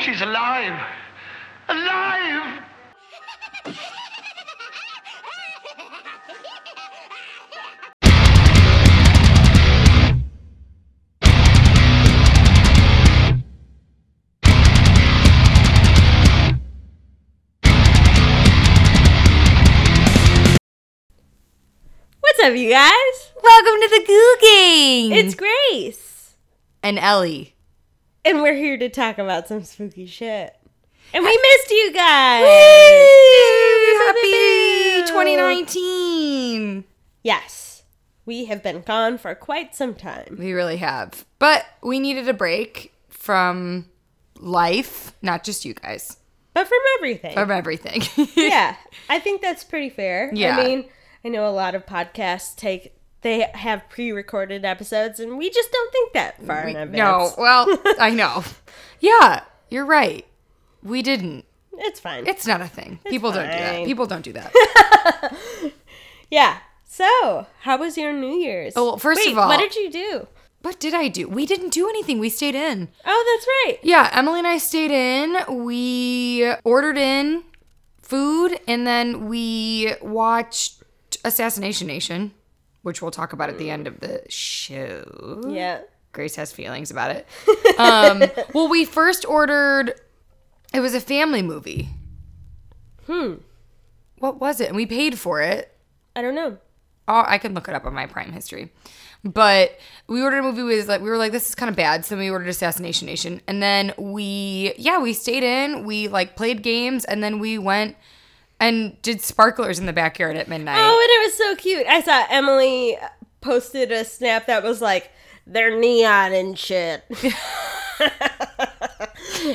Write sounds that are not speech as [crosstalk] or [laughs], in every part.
she's alive. Alive! What's up, you guys? Welcome to the Goo Gang. It's Grace, and Ellie. and we're here to talk about some spooky shit. And we missed you guys. Happy 2019. Yes, we have been gone for quite some time. We really have, but we needed a break from life, not just you guys, But from everything. from everything. [laughs] yeah, I think that's pretty fair. Yeah. I mean, I know a lot of podcasts take they have pre-recorded episodes, and we just don't think that far in [laughs] no, advance. [laughs] well, I know. Yeah, you're right. We didn't. it's fine. It's not a thing. People don't do that. fine. People don't do that. [laughs] yeah. So, how was your New Year's? Oh, well, first Wait, of all- what did you do? what did I do? We didn't do anything. We stayed in. Oh, that's right. Yeah, Emily and I stayed in. We ordered in food and then we watched Assassination Nation, which we'll talk about at the end of the show. Yeah. Grace has feelings about it. Um, well, we first ordered, it was a family movie. Hmm. What was it? And we paid for it. I don't know. Oh, I can look it up on my Prime history. But we ordered a movie with like we were like this is kind of bad, so then we ordered Assassination Nation, and then we yeah we stayed in, we like played games, and then we went and did sparklers in the backyard at midnight. Oh, and it was so cute. I saw Emily posted a snap that was like, they're neon and shit. [laughs]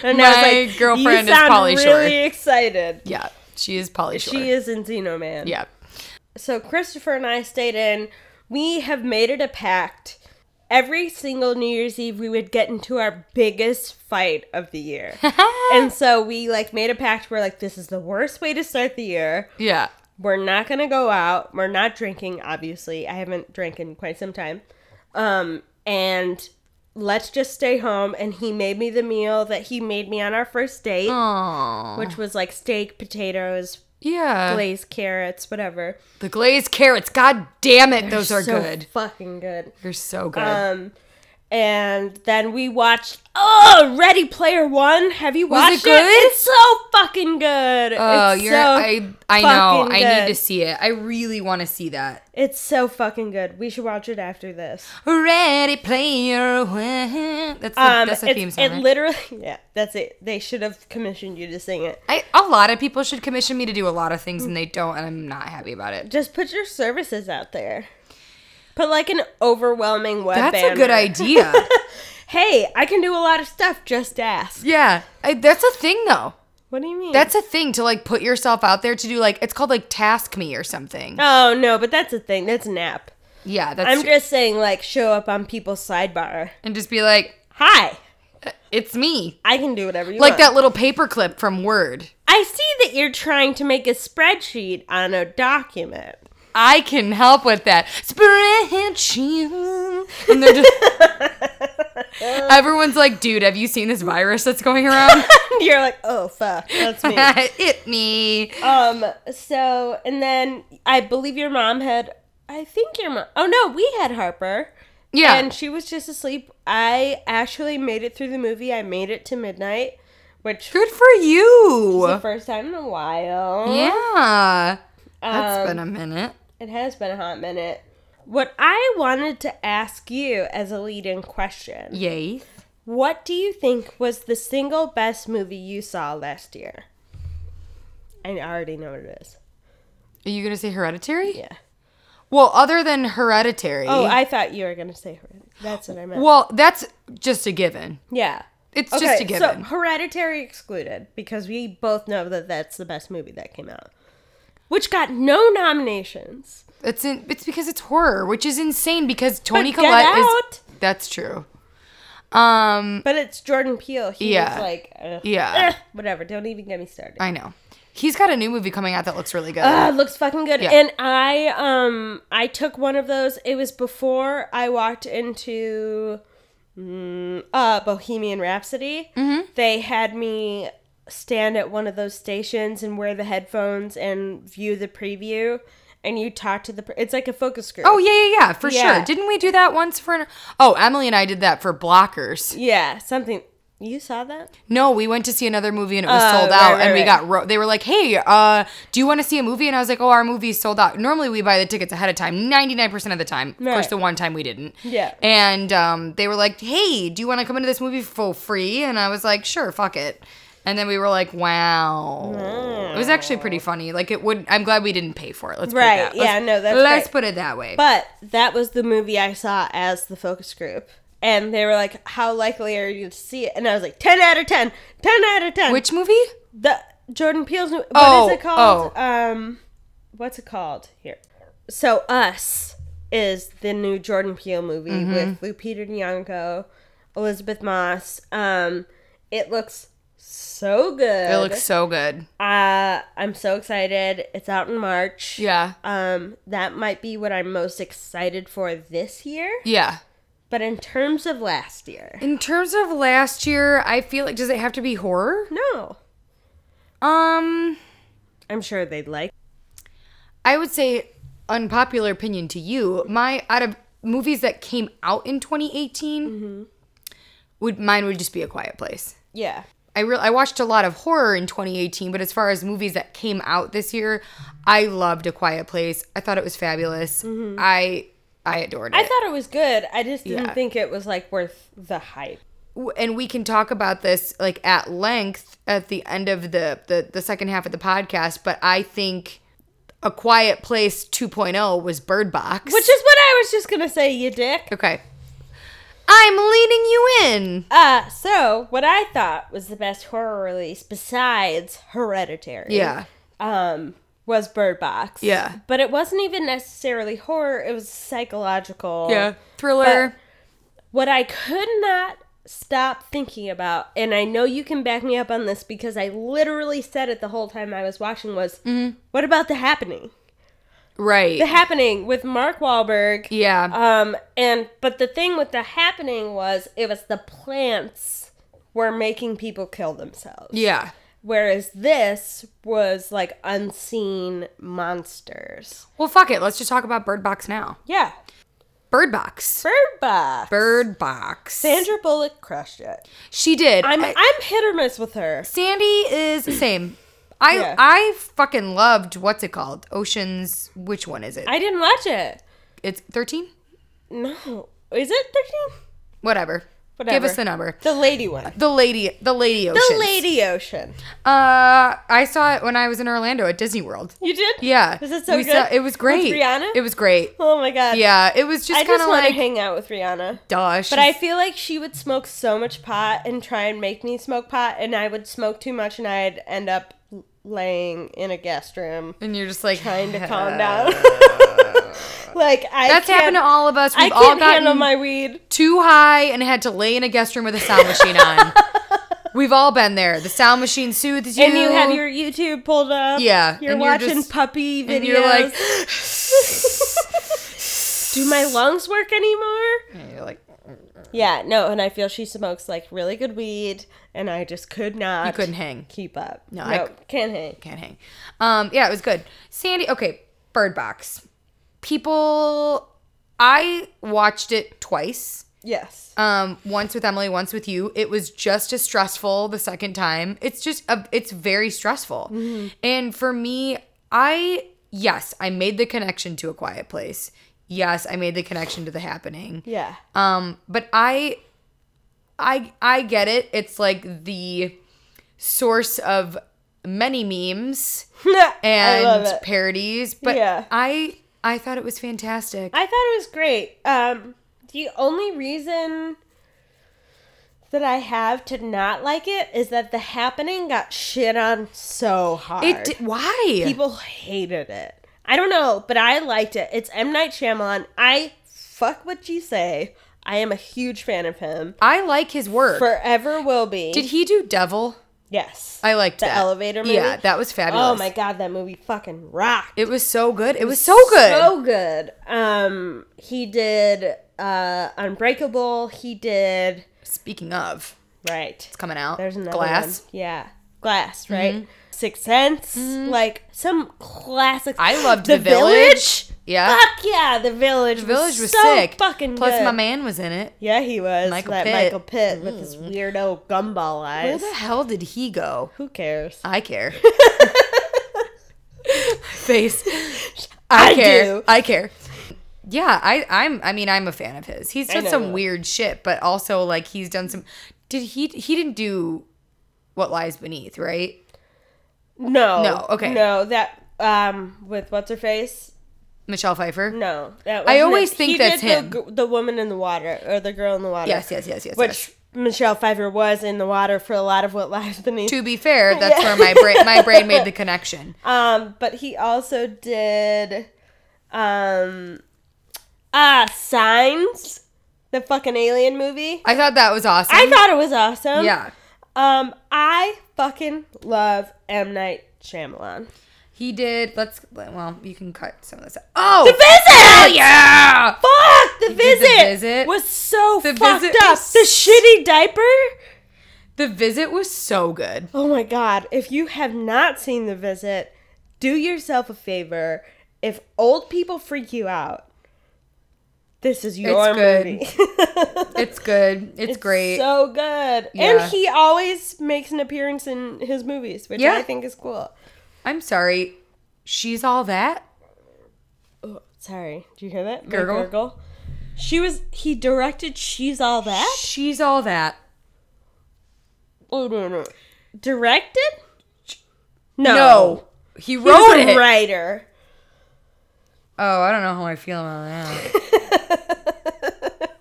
and My girlfriend is Pauly really Shore." excited. yeah, she is Polly Shore. She is Encino Man. yeah, So Christopher and I stayed in. We have made it a pact. Every single New Year's Eve, we would get into our biggest fight of the year. [laughs] and so we like made a pact. We're like, this is the worst way to start the year. yeah. We're not gonna go out. We're not drinking, obviously. I haven't drank in quite some time. Um, and let's just stay home. And he made me the meal that he made me on our first date, Aww. which was like steak, potatoes, yeah. glazed carrots, whatever. the glazed carrots. God damn it, those are So good. Fucking good. They're so good. Um, and then we watched oh Ready Player One. Have you Was it watched good? It's so fucking good. oh, It's you're so I I know. fucking I good. need to see it. I really want to see that. It's so fucking good. We should watch it after this. Ready Player One. That's the, Um, [laughs] that's the it's- theme song. It right? literally, [laughs] yeah, that's it. They should have commissioned you to sing it. I, a lot of people should commission me to do a lot of things, and they don't, and I'm not happy about it. Just put your services out there. Put like an overwhelming web. That's a good banner. [laughs] idea. Hey, I can do a lot of stuff. Just ask. yeah, I, that's a thing though. What do you mean? That's a thing to like put yourself out there to do. Like it's called like Task Me or something. oh no, but that's a thing. That's an app. Yeah, that's I'm true. just saying, like, show up on people's sidebar. and just be like, Hi, it's me. I can do whatever you want. Like that little paperclip from Word. I see that you're trying to make a spreadsheet on a document. [laughs] I can help with that. Spreadsheet. And they're [laughs] just, everyone's like, dude, have you seen this virus that's going around? you're like, oh fuck, that's me. [laughs] it me. Um. So, and then I believe your mom had. I think your mom. Oh no, we had Harper. Yeah. And she was just asleep. I actually made it through the movie. I made it to midnight, which Good for was the you. first time in a while. Yeah. Um, that's been a minute. It has been a hot minute. What I wanted to ask you as a lead-in question: Yay. What do you think was the single best movie you saw last year? I already know what it is. Are you going to say hereditary? Yeah. Well, other than hereditary. Oh, I thought you were gonna say her. That's what I meant. well, that's just a given. Yeah. It's Okay, just a so given. Hereditary excluded because we both know that that's the best movie that came out, which got no nominations. it's in, it's because it's horror, which is insane because Tony Get Collette Out! is That's true. Um But it's Jordan Peele. He Yeah. was like, eh, Yeah. eh, whatever. Don't even get me started. I know. He's got a new movie coming out that looks really good. Ugh, Uh, looks fucking good. Yeah. And I um I took one of those. It was before I walked into uh, Bohemian Rhapsody, Mm-hmm. they had me stand at one of those stations and wear the headphones and view the preview. And you talk to the. per- It's like a focus group. Oh yeah, yeah, yeah, for Yeah. sure. Didn't we do that once for? An, oh, Emily and I did that for Blockers. yeah, something. You saw that? No, we went to see another movie and it was Oh, sold right, out, right, and we right. got. Ro- they were like, "Hey, uh, do you want to see a movie?" And I was like, "Oh, our movie's sold out." Normally, we buy the tickets ahead of time, ninety nine percent of the time. Of course, Right. the one time we didn't. Yeah. And um, they were like, "Hey, do you want to come into this movie for free?" And I was like, "Sure, fuck it." And then we were like, "Wow." It was actually pretty funny. Like it would. I'm glad we didn't pay for it. Let's Put it Right, that. yeah, let's- no, that's Let's great. put it that way. But that was the movie I saw as the focus group. And they were like, How likely are you to see it? And I was like, 10 out of 10. 10 out of 10. Which movie? the Jordan Peele's new what is Oh, it called? Um what's it called? Here. So Us is the new Jordan Peele movie Mm-hmm. with Lupita Nyong'o, Elizabeth Moss. Um it looks so good. It looks so good. uh I'm so excited. It's out in March. Yeah. Um that might be what I'm most excited for this year, Yeah. but in terms of last year. In terms of last year, I feel like does it have to be horror? No. Um, I'm sure they'd like. I would say unpopular opinion to you. My out of movies that came out in 2018, would mine would just be A Quiet Place. Yeah. I real I watched a lot of horror in 2018, but as far as movies that came out this year, I loved A Quiet Place. I thought it was fabulous. I I adored it. I thought it was good. I just didn't Yeah. think it was like worth the hype. w- and we can talk about this like at length at the end of the the, the second half of the podcast but i think a quiet place 2.0 was bird box Which is what I was just gonna say, you dick. okay i'm leaning you in Uh, so what I thought was the best horror release besides Hereditary. yeah Um, was Bird Box. Yeah. But it wasn't even necessarily horror, it was psychological. yeah thriller What I could not stop thinking about, and I know you can back me up on this because I literally said it the whole time I was watching was Mm-hmm. what about the happening? The right happening with Mark Wahlberg. yeah Um, and but the thing with the happening was it was the plants were making people kill themselves. yeah Whereas this was like unseen monsters. well fuck it let's just talk about bird box now Yeah. bird box Bird Box. bird box Sandra Bullock crushed it. she did I'm I- I'm hit or miss with her. Sandy is same. I Yeah. I fucking loved what's it called? Oceans. Which one is it? I didn't watch it. it's thirteen. No. Is it thirteen? Whatever. Give Whatever. us the number. The lady one. The lady. The lady. Oceans. The Lady Ocean. Uh, I saw it when I was in Orlando at Disney World. You did? Yeah. [laughs] Is it so we good? Saw, it was great. With Rihanna? It was great. oh my god. Yeah. It was just I kind just of want like to hang out with Rihanna. duh. But I she's- feel like she would smoke so much pot and try and make me smoke pot, and I would smoke too much, and I'd end up l- laying in a guest room and you're just like trying to calm down. [laughs] like I That's can't, happened to all of us. We've I all can't handle gotten my weed. too high and had to lay in a guest room with a sound [laughs] machine on. We've all been there. The sound machine soothes you. And you have your YouTube pulled up. Yeah, you're and you're watching just- puppy videos. and you're like, do my lungs work anymore? and you're like, Yeah, no. And I feel she smokes like really good weed, and I just could not. I couldn't hang. keep up. No, I c- can't hang. Can't hang. Um, yeah, it was good. Sandy. Okay, Bird Box. People, I watched it twice. Yes. Um, once with Emily, once with you. It was just as stressful the second time. It's just a, it's very stressful. And for me, I yes, I made the connection to a quiet place. Yes, I made the connection to the happening. Yeah. [laughs] Um, but I, I, I get it. It's like the source of many memes I love and it. parodies. But Yeah. I, I thought it was fantastic. I thought it was great. Um, the only reason that I have to not like it is that the happening got shit on so hard. it did, why? People hated it. I don't know, but I liked it. It's M Night Shyamalan. I fuck what you say. I am a huge fan of him. I like his work. Forever will be. did he do Devil? yes. I liked The that. elevator movie? Yeah, that was fabulous. Oh my god, that movie fucking rocked. It was so good. It was so good. So good. Um, he did uh, Unbreakable. He did Speaking of, right. it's coming out. There's another Glass. Mm-hmm. one. Yeah, Glass. Right. Sixth Sense. Like some classics. I loved The, Village. Yeah. Fuck yeah, The Village. The Village was so sick. Fucking Plus, good. my man was in it. Yeah, he was. Michael that Pitt. Michael Pitt with his weirdo gumball Where eyes. the hell did he go? Who [laughs] cares? [laughs] I care. Face. [laughs] I, I care. do. I care. Yeah, I, I'm. I mean, I'm a fan of his. He's done know some that. weird shit, but also like he's done some. Did he? He didn't do what lies beneath, right? No. No, okay. No, that um with what's her face? Michelle Pfeiffer. No, that I wasn't always it. think He that's did him. The, g- the woman in the water or the girl in the water. Yes, yes, yes, yes. yes. Which Michelle Pfeiffer was in the water for a lot of what lies beneath. To be fair, [laughs] that's where my brain my brain made the connection. Um, but he also did um uh Signs, the fucking alien movie. I thought that was awesome. I thought it was awesome. Mm-hmm. yeah, Um, I fucking love M Night Shyamalan. he did. Let's well, you can cut some of this. Out. Oh, The visit. hell yeah! Fuck the did visit, The Visit. was so The fucked Visit up. was The shitty diaper. The visit was so good. Oh my god! If you have not seen the visit, do yourself a favor. If old people freak you out, this is your good. movie. [laughs] It's good. It's, great. So good. Yeah. And he always makes an appearance in his movies, which Yeah. I think is cool. I'm sorry. She's all that. Oh, Sorry, do you hear that? My Gurgle. gurgle. She was. He directed. She's all that. She's all that. Oh no no. Directed? No. No, he He was wrote a it. writer. Oh, I don't know how I feel about that.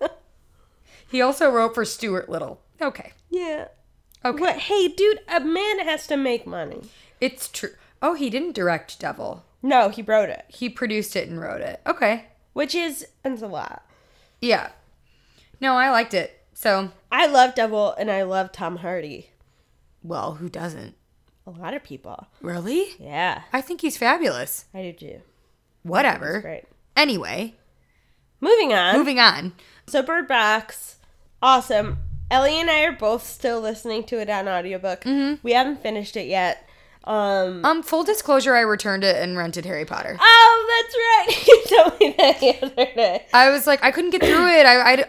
[laughs] he also wrote for Stuart Little. Okay, Yeah. okay, But hey, dude, a man has to make money. it's true. Oh, he didn't direct Devil. No, he wrote it, He produced it and wrote it. Okay, which is happens a lot. yeah. No, I liked it. So, I love Devil and I love Tom Hardy. well, who doesn't? A lot of people. Really? Yeah, I think he's fabulous. I do too. Whatever. Great. Anyway, Moving on. moving on. So Bird Box, awesome. Ellie and I are both still listening to it on audiobook. We haven't finished it yet. Um, Um, full disclosure, I returned it and rented Harry Potter. oh, that's right. [laughs] you told me that the other day. I was like, I couldn't get through it. I, I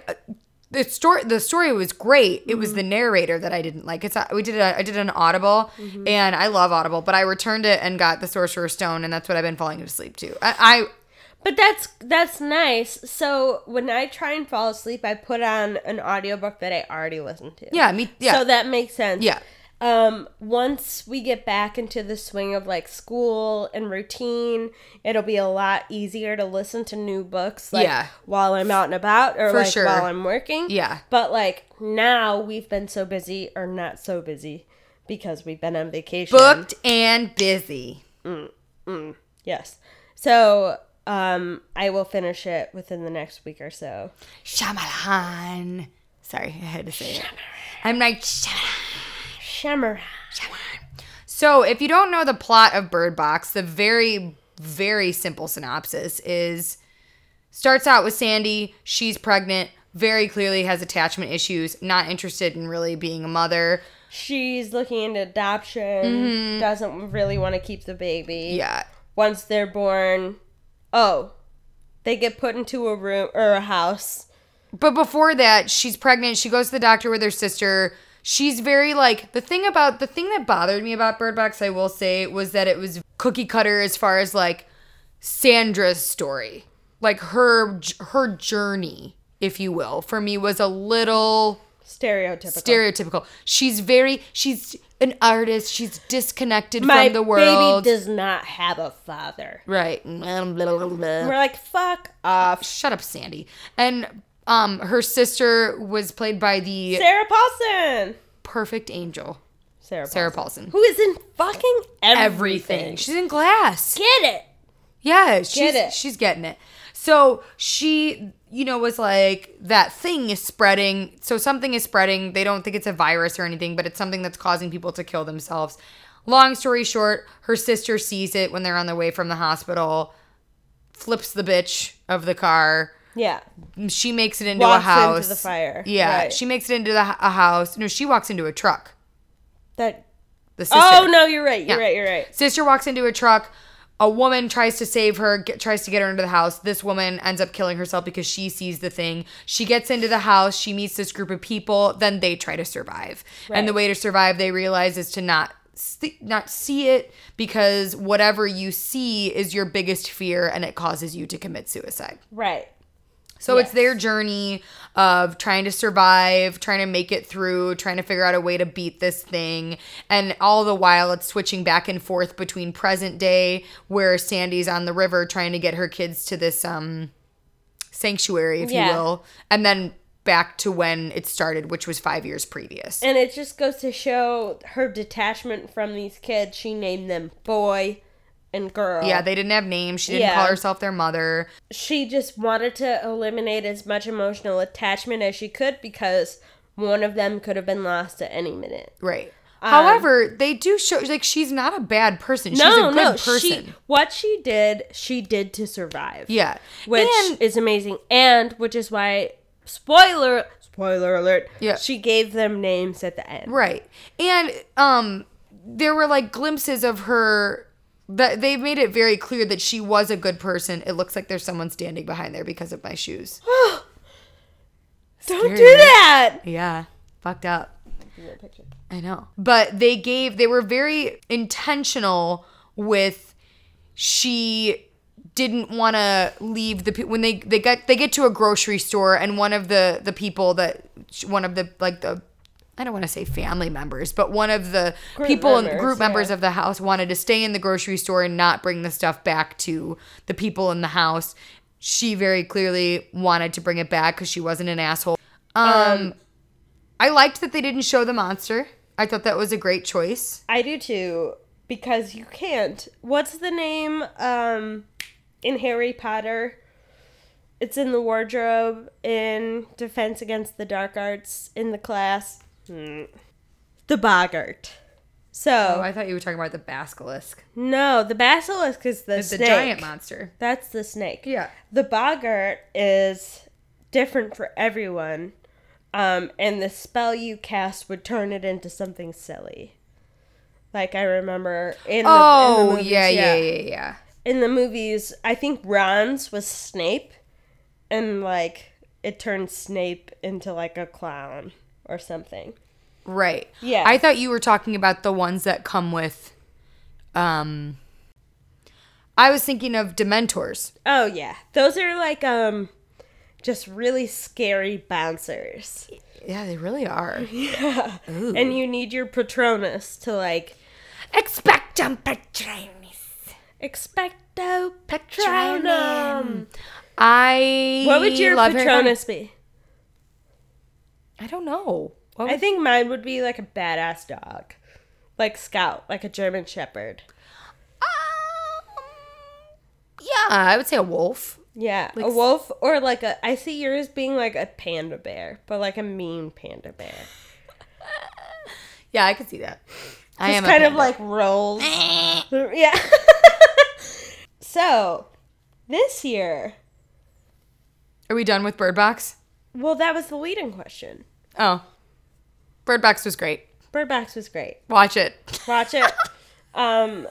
the story, the story was great. It was the narrator that I didn't like. It's a- we did a, I did an Audible, and I love Audible, but I returned it and got the Sorcerer's Stone, and that's what I've been falling asleep to. I, But that's that's nice. So when I try and fall asleep, I put on an audiobook that I already listened to. I yeah, me, yeah, So that makes sense. yeah. Um, once we get back into the swing of like school and routine, it'll be a lot easier to listen to new books like Yeah. while I'm out and about or For like sure. while I'm working. Yeah. But like now we've been so busy or not so busy because we've been on vacation. Booked and busy. Yes. So um I will finish it within the next week or so. Shyamalan. Sorry, I had to say it. I'm like Shyamalan. Shimmer. So, if you don't know the plot of Bird Box, the very, very simple synopsis is starts out with Sandy. She's pregnant, very clearly has attachment issues, not interested in really being a mother. She's looking into adoption, doesn't really want to keep the baby. Mm-hmm. Yeah. once they're born, oh, they get put into a room or a house. But before that, she's pregnant. She goes to the doctor with her sister. She's very like the thing about the thing that bothered me about Bird Box, I will say, was that it was cookie cutter as far as like Sandra's story, like her her journey, if you will, for me was a little Stereotypical. stereotypical. She's very she's an artist. She's disconnected My from the world. baby does not have a father. right. Blah, blah, blah, blah. We're like, fuck off. Shut up, Sandy. And um, her sister was played by the Sarah Paulson. perfect angel. Sarah. Paulson. Sarah Paulson. Who is in fucking everything. Everything. She's in glass. Get it. Yeah, she's it. she's getting it. So she, you know, was like that thing is spreading. So something is spreading. They don't think it's a virus or anything, but it's something that's causing people to kill themselves. Long story short, her sister sees it when they're on their way from the hospital, flips the bitch of the car, Yeah. She makes it into Walks a into house. the fire. Yeah, Right. she makes it into the, a house. No, she walks into a truck. That. The sister. Oh no, you're right. You're Yeah. right. You're right. Sister walks into a truck. A woman tries to save her, get, tries to get her into the house. This woman ends up killing herself because she sees the thing. She gets into the house. She meets this group of people. Then they try to survive. Right. And the way to survive, they realize, is to not see, not see it because whatever you see is your biggest fear, and it causes you to commit suicide. Right. So it's their journey of trying to survive, trying to make it through, trying to figure out a way to beat this thing. And all the while, it's switching back and forth between present day, where Sandy's on the river trying to get her kids to this um, sanctuary, if Yeah. you will, and then back to when it started, which was five years previous. And it just goes to show her detachment from these kids. She named them boy and girl. yeah, they didn't have names. She didn't Yeah. call herself their mother. she just wanted to eliminate as much emotional attachment as she could because one of them could have been lost at any minute. Right. Um, However, they do show, like, she's not a bad person. She's a no, good no, person. she what she did, she did to survive. yeah. which And- is amazing, and which is why spoiler spoiler alert. Yeah. she gave them names at the end. Right. And um there were like glimpses of her that they've made it very clear that she was a good person. It looks like there's someone standing behind there because of my shoes. Don't Scary. do that. yeah. Fucked up. I know. But they gave they were very intentional with she didn't want to leave the pe- when they they get they get to a grocery store and one of the the people that one of the like the I don't want to say family members, but one of the people in members, group yeah. members of the house wanted to stay in the grocery store and not bring the stuff back to the people in the house. She very clearly wanted to bring it back because she wasn't an asshole. um, I liked that they didn't show the monster. I thought that was a great choice. I do too because you can't. What's the name um in Harry Potter? It's in the wardrobe in Defense Against the Dark Arts in the class. Hmm. The Boggart. So Oh, I thought you were talking about the basilisk, no, the basilisk is the, the snake. giant monster. That's the snake. Yeah. The boggart is different for everyone, um, and the spell you cast would turn it into something silly. Like I remember in the, in the Oh, movies, yeah, yeah, yeah, yeah. In the movies, I think Ron's was Snape, and like it turned Snape into like a clown or something. Right. Yeah. I thought you were talking about the ones that come with um I was thinking of dementors. Oh yeah, those are like um, just really scary bouncers. Yeah, they really are. Mm-hmm. and you need your patronus to like Expectum patronus. expecto patronum. Patronum. I What would your love Harry Potter. patronus be? I don't know. What I would- think mine would be like a badass dog, like Scout, like a German Shepherd. Um, yeah, I would say a wolf. Yeah, a wolf or like a. I see yours being like a panda bear, but like a mean panda bear. Yeah, I could see that. I am It's a kind of panda. like [laughs] rolls. yeah. [laughs] so, this year, Are we done with Bird Box? well, that was the leading question. Oh. Bird Box was great. Bird Box was great. Watch it. Watch [laughs] it. um,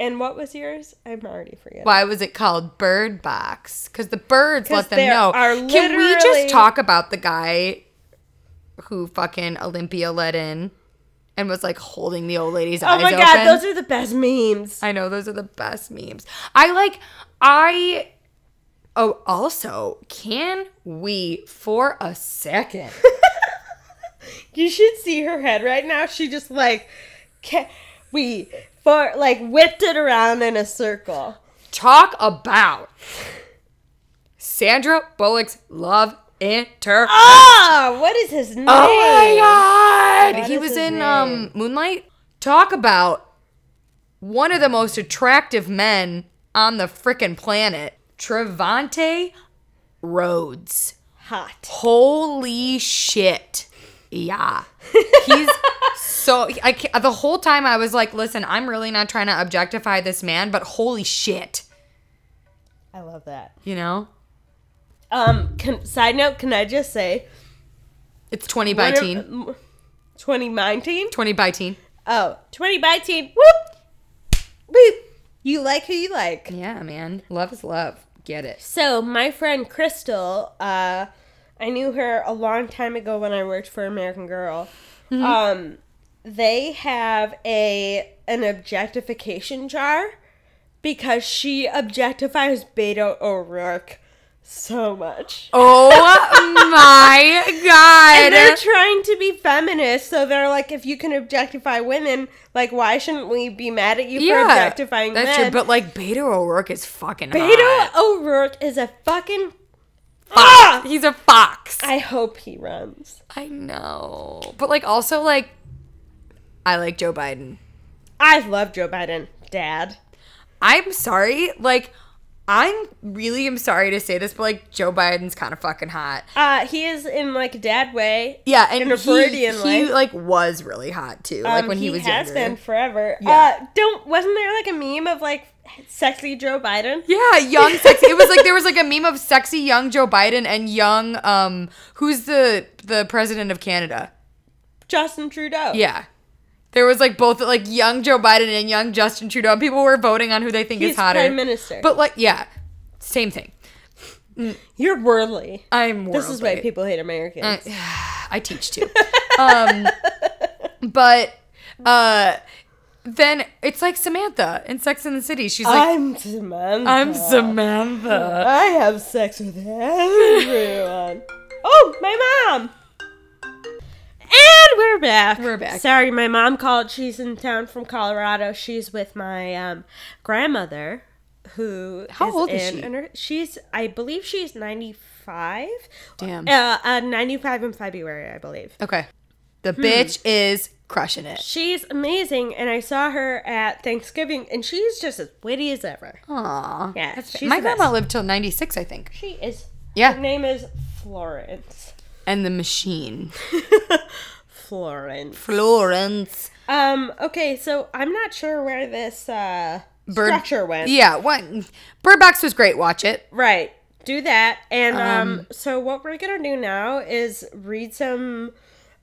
and what was yours? I'm already forgetting. Why was it called Bird Box? Because the birds 'Cause let them there know. are Can we literally- just talk about the guy who fucking Olympia let in and was like holding the old lady's Oh eyes my open? god, those are the best memes. I know those are the best memes. I like I Oh, also, can we for a second? You should see her head right now. She just like ca- we for like whipped it around in a circle. talk about Sandra Bullock's love interest. Oh, what is his name? Oh my god! What he is was his in name? um, Moonlight. Talk about one of the most attractive men on the frickin' planet, Trevante Rhodes. Hot. Holy shit! Yeah, [laughs] he's so. I can't, the whole time I was like, listen, I'm really not trying to objectify this man, but holy shit, I love that. you know. Um, can, side note, can I just say It's 20 by one of- teen. m- 2019? 20 by teen. Oh, 20 by teen. Whoop. Whoop. You like who you like. Yeah, man. Love is love. Get it. So my friend Crystal, uh, I knew her a long time ago when I worked for American Girl. Mm-hmm. Um, they have a an objectification jar because she objectifies Beto O'Rourke so much. [laughs] Oh my And they're god. trying to be feminist, so they're like, if you can objectify women, like, why shouldn't we be mad at you Yeah. for objectifying That's men? true. But like Beto O'Rourke is fucking Beto hot. O'Rourke is a fucking. Fox. He's a fox. I hope he runs. I know. But like also like I like Joe Biden. I love Joe Biden, Dad. I'm sorry. Like I'm really am sorry to say this, but like Joe Biden's kind of fucking hot. Uh, he is in like a dad way. Yeah, and In a Freudian he, way. he like was really hot too, like Um, when he, was has younger. been forever. Yeah. Uh, don't wasn't there like a meme of like sexy Joe Biden? Yeah, young sexy. It was like there was like a meme of sexy young Joe Biden and young um who's the the president of Canada. Justin Trudeau. Yeah. There was like both like young Joe Biden and young Justin Trudeau. and People were voting on who they think he's is hotter. prime minister. But like yeah, same thing. you're worldly. I'm This is why worldly. Uh, people hate Americans. I teach too. um, but uh, then it's like Samantha in Sex and the City. She's like, I'm Samantha. I'm Samantha. I have sex with everyone. oh, my mom. And we're back. We're back. Sorry, my mom called. She's in town from Colorado. She's with my um, grandmother, who How is old is in- she? in her- she's, I believe, she's ninety five. Damn. Uh, uh, ninety five in February, I believe. Okay. The Hmm. bitch is crushing it. She's amazing, and I saw her at Thanksgiving, and she's just as witty as ever. Aw. Yeah, Oh, That's fa- she's My the best. grandma lived till 96, I think. She is. Yeah. Her name is Florence. And the machine. Florence. Florence. Um, okay, so I'm not sure where this uh Bird- structure went. Yeah, what? Bird Box was great. Watch it. Right. Do that. And um, so what we're gonna do now is read some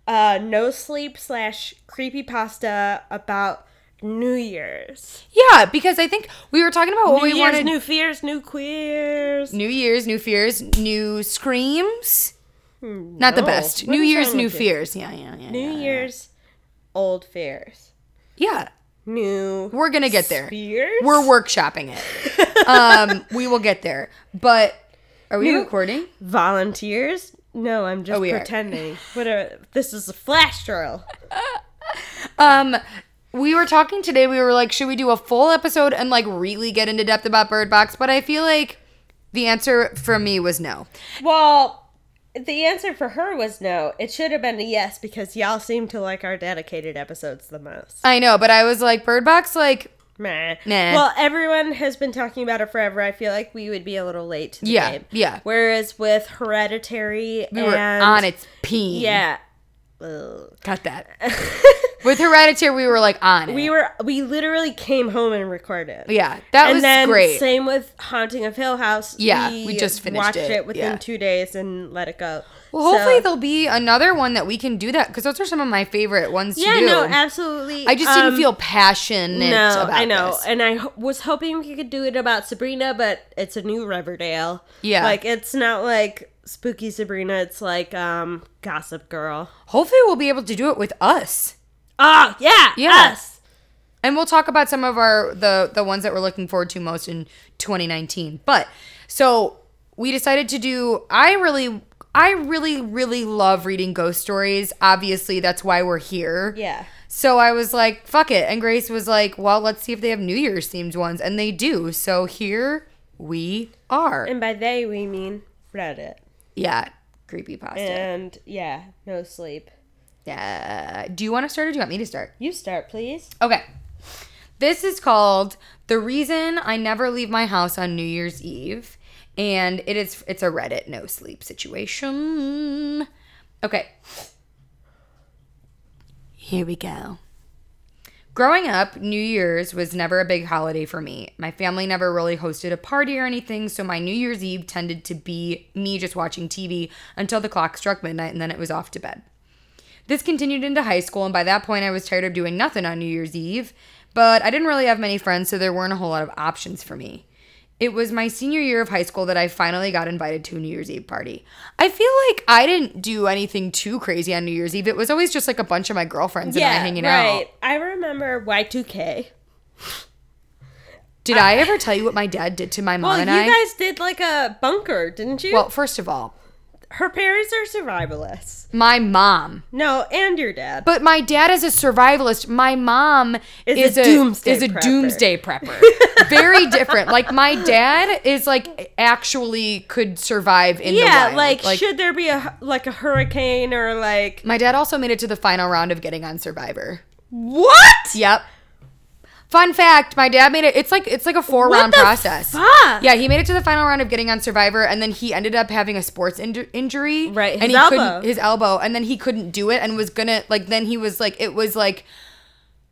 uh no sleep slash creepy pasta about New Year's. Yeah, because I think we were talking about what New we Year's, wanted. new fears, new queers. New Year's, new fears, new screams. Not the no. best. What new is Year's, wrong new with you? fears. Yeah, yeah, yeah. New yeah. Year's old fears. Yeah, New we're gonna get there. fears? We're [laughs] workshopping it. um, we will get there. But are we New- recording? volunteers? No, I'm just Oh, we are. pretending. What a this is a flash drill. Um, we were talking today. We were like, should we do a full episode and like really get into depth about Bird Box? But I feel like the answer from me was no. Well, the answer for her was no. It should have been a yes because y'all seem to like our dedicated episodes the most. I know, but I was like, Bird Box, like, Meh. Nah. Well, everyone has been talking about it forever. I feel like we would be a little late to the Yeah, game. yeah. Whereas with Hereditary we and were on its peen. [laughs] Yeah. [laughs] Ugh. cut that. With Hereditary, we were like on it. we were we literally came home and recorded. Yeah, that and was then great. same with Haunting of Hill House. Yeah, we just finished watched it. it, within Yeah. two days and let it go. Well, hopefully So- there'll be another one that we can do that because those are some of my favorite ones Yeah, to do. no, absolutely. I just Um, didn't feel passionate No, about I know, this. and I ho- was hoping we could do it about Sabrina, but it's a new Riverdale. Yeah. like it's not like spooky Sabrina. It's like um Gossip Girl. Hopefully, we'll be able to do it with us, Oh yeah, Yeah. yes. and we'll talk about some of our the the ones that we're looking forward to most in 2019. But so we decided to do. I really, I really, really love reading ghost stories. Obviously, that's why we're here. Yeah. So I was like, fuck it. And Grace was like, well, let's see if they have New Year's themed ones. And they do. So here we are. And by they we mean Reddit Yeah. Creepypasta. Yeah. and yeah, no sleep. yeah. Do you want to start or do you want me to start? You start, please. Okay. This is called The Reason I Never Leave My House on New Year's Eve. And it is it's a Reddit no sleep situation. Okay. Here we go. Growing up, New Year's was never a big holiday for me. My family never really hosted a party or anything, so my New Year's Eve tended to be me just watching TV until the clock struck midnight and then it was off to bed. This continued into high school, and by that point, I was tired of doing nothing on New Year's Eve, but I didn't really have many friends, so there weren't a whole lot of options for me. It was my senior year of high school that I finally got invited to a New Year's Eve party. I feel like I didn't do anything too crazy on New Year's Eve. It was always just like a bunch of my girlfriends and I hanging out. I remember Y2K. Did I ever tell you what my dad did to my mom Well, and you I? guys did like a bunker, didn't you? well, first of all, her parents are survivalists. my mom. No, and your dad. But my dad is a survivalist. My mom Is is, a, a doomsday is a prepper. [laughs] doomsday prepper. Very different. Like my dad is like actually could survive in the yeah, wild. like, should there be a hu- like a hurricane or like my dad also made it to the final round of getting on Survivor. what? Yep. Fun fact, my dad made it it's like it's like a four round the process. fuck? Yeah, he made it to the final round of getting on Survivor and then he ended up having a sports inju- injury. Right, and his he couldn't elbow. his elbow and then he couldn't do it and was gonna like then he was like it was like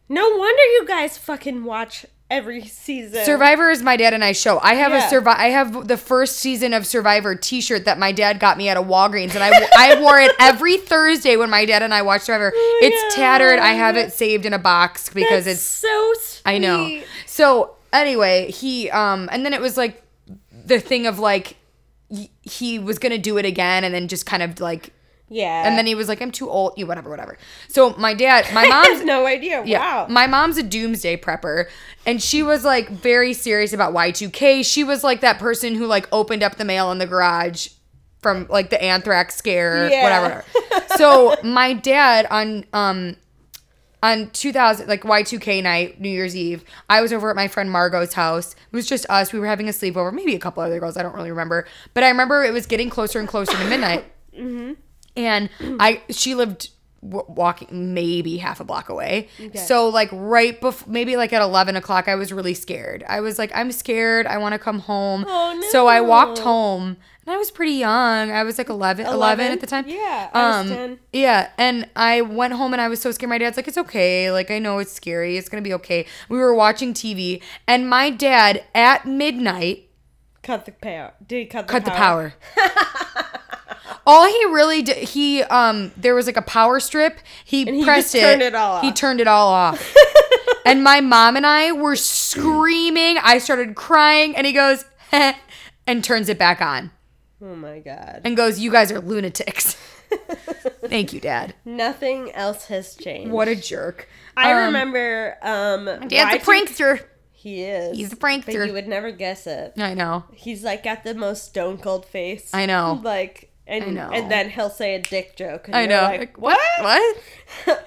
No wonder you guys fucking watch every season. Survivor is my dad and I show. I have Yeah. a survi- I have the first season of Survivor T-shirt that my dad got me at a Walgreens, and I I wore it every Thursday when my dad and I watched Survivor. Oh my it's tattered. I have God. it saved in a box because That's it's so sweet. I know. So anyway, he um and then it was like the thing of like y- he was gonna do it again, and then just kind of like Yeah. and then he was like I'm too old, you whatever, whatever. So my dad, my I have [laughs] mom's no idea. yeah. Wow. My mom's a doomsday prepper and she was like very serious about Y2K. She was like that person who like opened up the mail in the garage from like the anthrax scare, Yeah. [laughs] whatever. whatever. so my dad on um on 2000 like Y2K night, New Year's Eve, I was over at my friend Margot's house. It was just us. We were having a sleepover, maybe a couple other girls, I don't really remember. But I remember it was getting closer and closer to midnight and I she lived w- walking maybe half a block away. So like right before maybe like at eleven o'clock, I was really scared. I was like, I'm scared. I want to come home. Oh, So I walked no. home, and I was pretty young. I was like 11, 11, 11? at the time. Yeah, I was um, 10. yeah. And I went home and I was so scared. My dad's like, it's okay. Like I know it's scary. It's gonna be okay. We were watching TV, and my dad at midnight cut the power. Did he cut the cut power? the power. [laughs] all he really did, he um, there was like a power strip. He he pressed just it. turned it all He off. turned it [laughs] all off. and my mom and I were screaming. I started crying, and he goes [laughs] "Heh," and turns it back on Oh my god. and goes, "You guys are lunatics." [laughs] Thank you, Dad. Nothing else has changed. What a jerk. I Um, remember. Um, Dad's a Y2K prankster. He is. He's a But prankster. you would never guess it. I know. He's like got the most stone cold face. I know. [laughs] Like and I know. and then he'll say a dick joke. And I you're know. Like, what? What?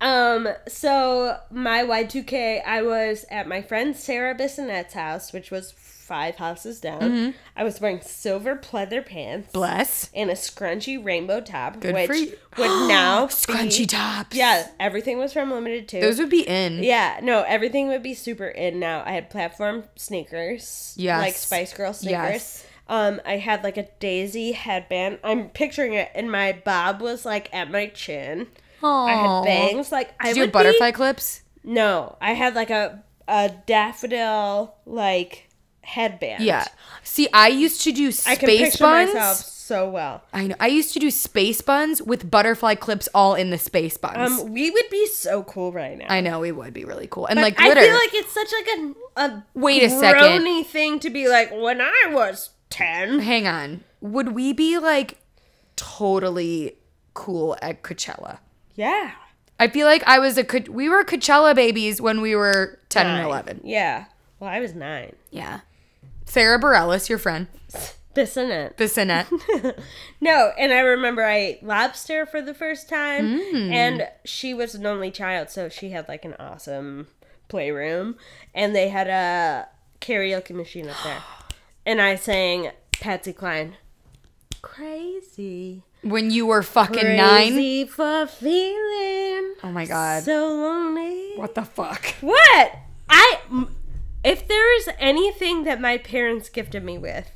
Um. So my Y2K, I was at my friend Sarah Bissonette's house, which was five houses down. Mm-hmm. I was wearing silver pleather pants Bless. and a scrunchy rainbow top, Good which for you. [gasps] would now be- Scrunchy tops. Yeah, everything was from Limited Two. Those would be in. Yeah, no, everything would be super in now. I had platform sneakers. Yes. Like Spice Girl sneakers. Yes. Um, I had like a daisy headband. I'm picturing it, and my bob was like at my chin. I Aw. had bangs. Like I Did you would have butterfly Be, clips? no, I had like a a daffodil like headband. Yeah. See, I used to do space I can picture buns. myself so well. I know. I used to do space buns with butterfly clips all in the space buns. Um, we would be so cool right now. I know it would be really cool. And But like glitter. I feel like it's such like a, a Wait a second. grony thing to be like when I was ten. Hang on. Would we be like totally cool at Coachella? Yeah. I feel like I was a Coach- we were Coachella babies when we were 10 and Nine. 11. Yeah. Well, I was nine. Yeah. Sarah Bareilles, your friend, This and it. [laughs] Bissonette. No, and I remember I ate lobster for the first time, Mm. and she was an only child, so she had like an awesome playroom, and they had a karaoke machine up [gasps] there, and I sang Patsy Cline. Crazy, when you were fucking nine. crazy for feeling Oh my god. so lonely. what the fuck? What? I. If there is anything that my parents gifted me with,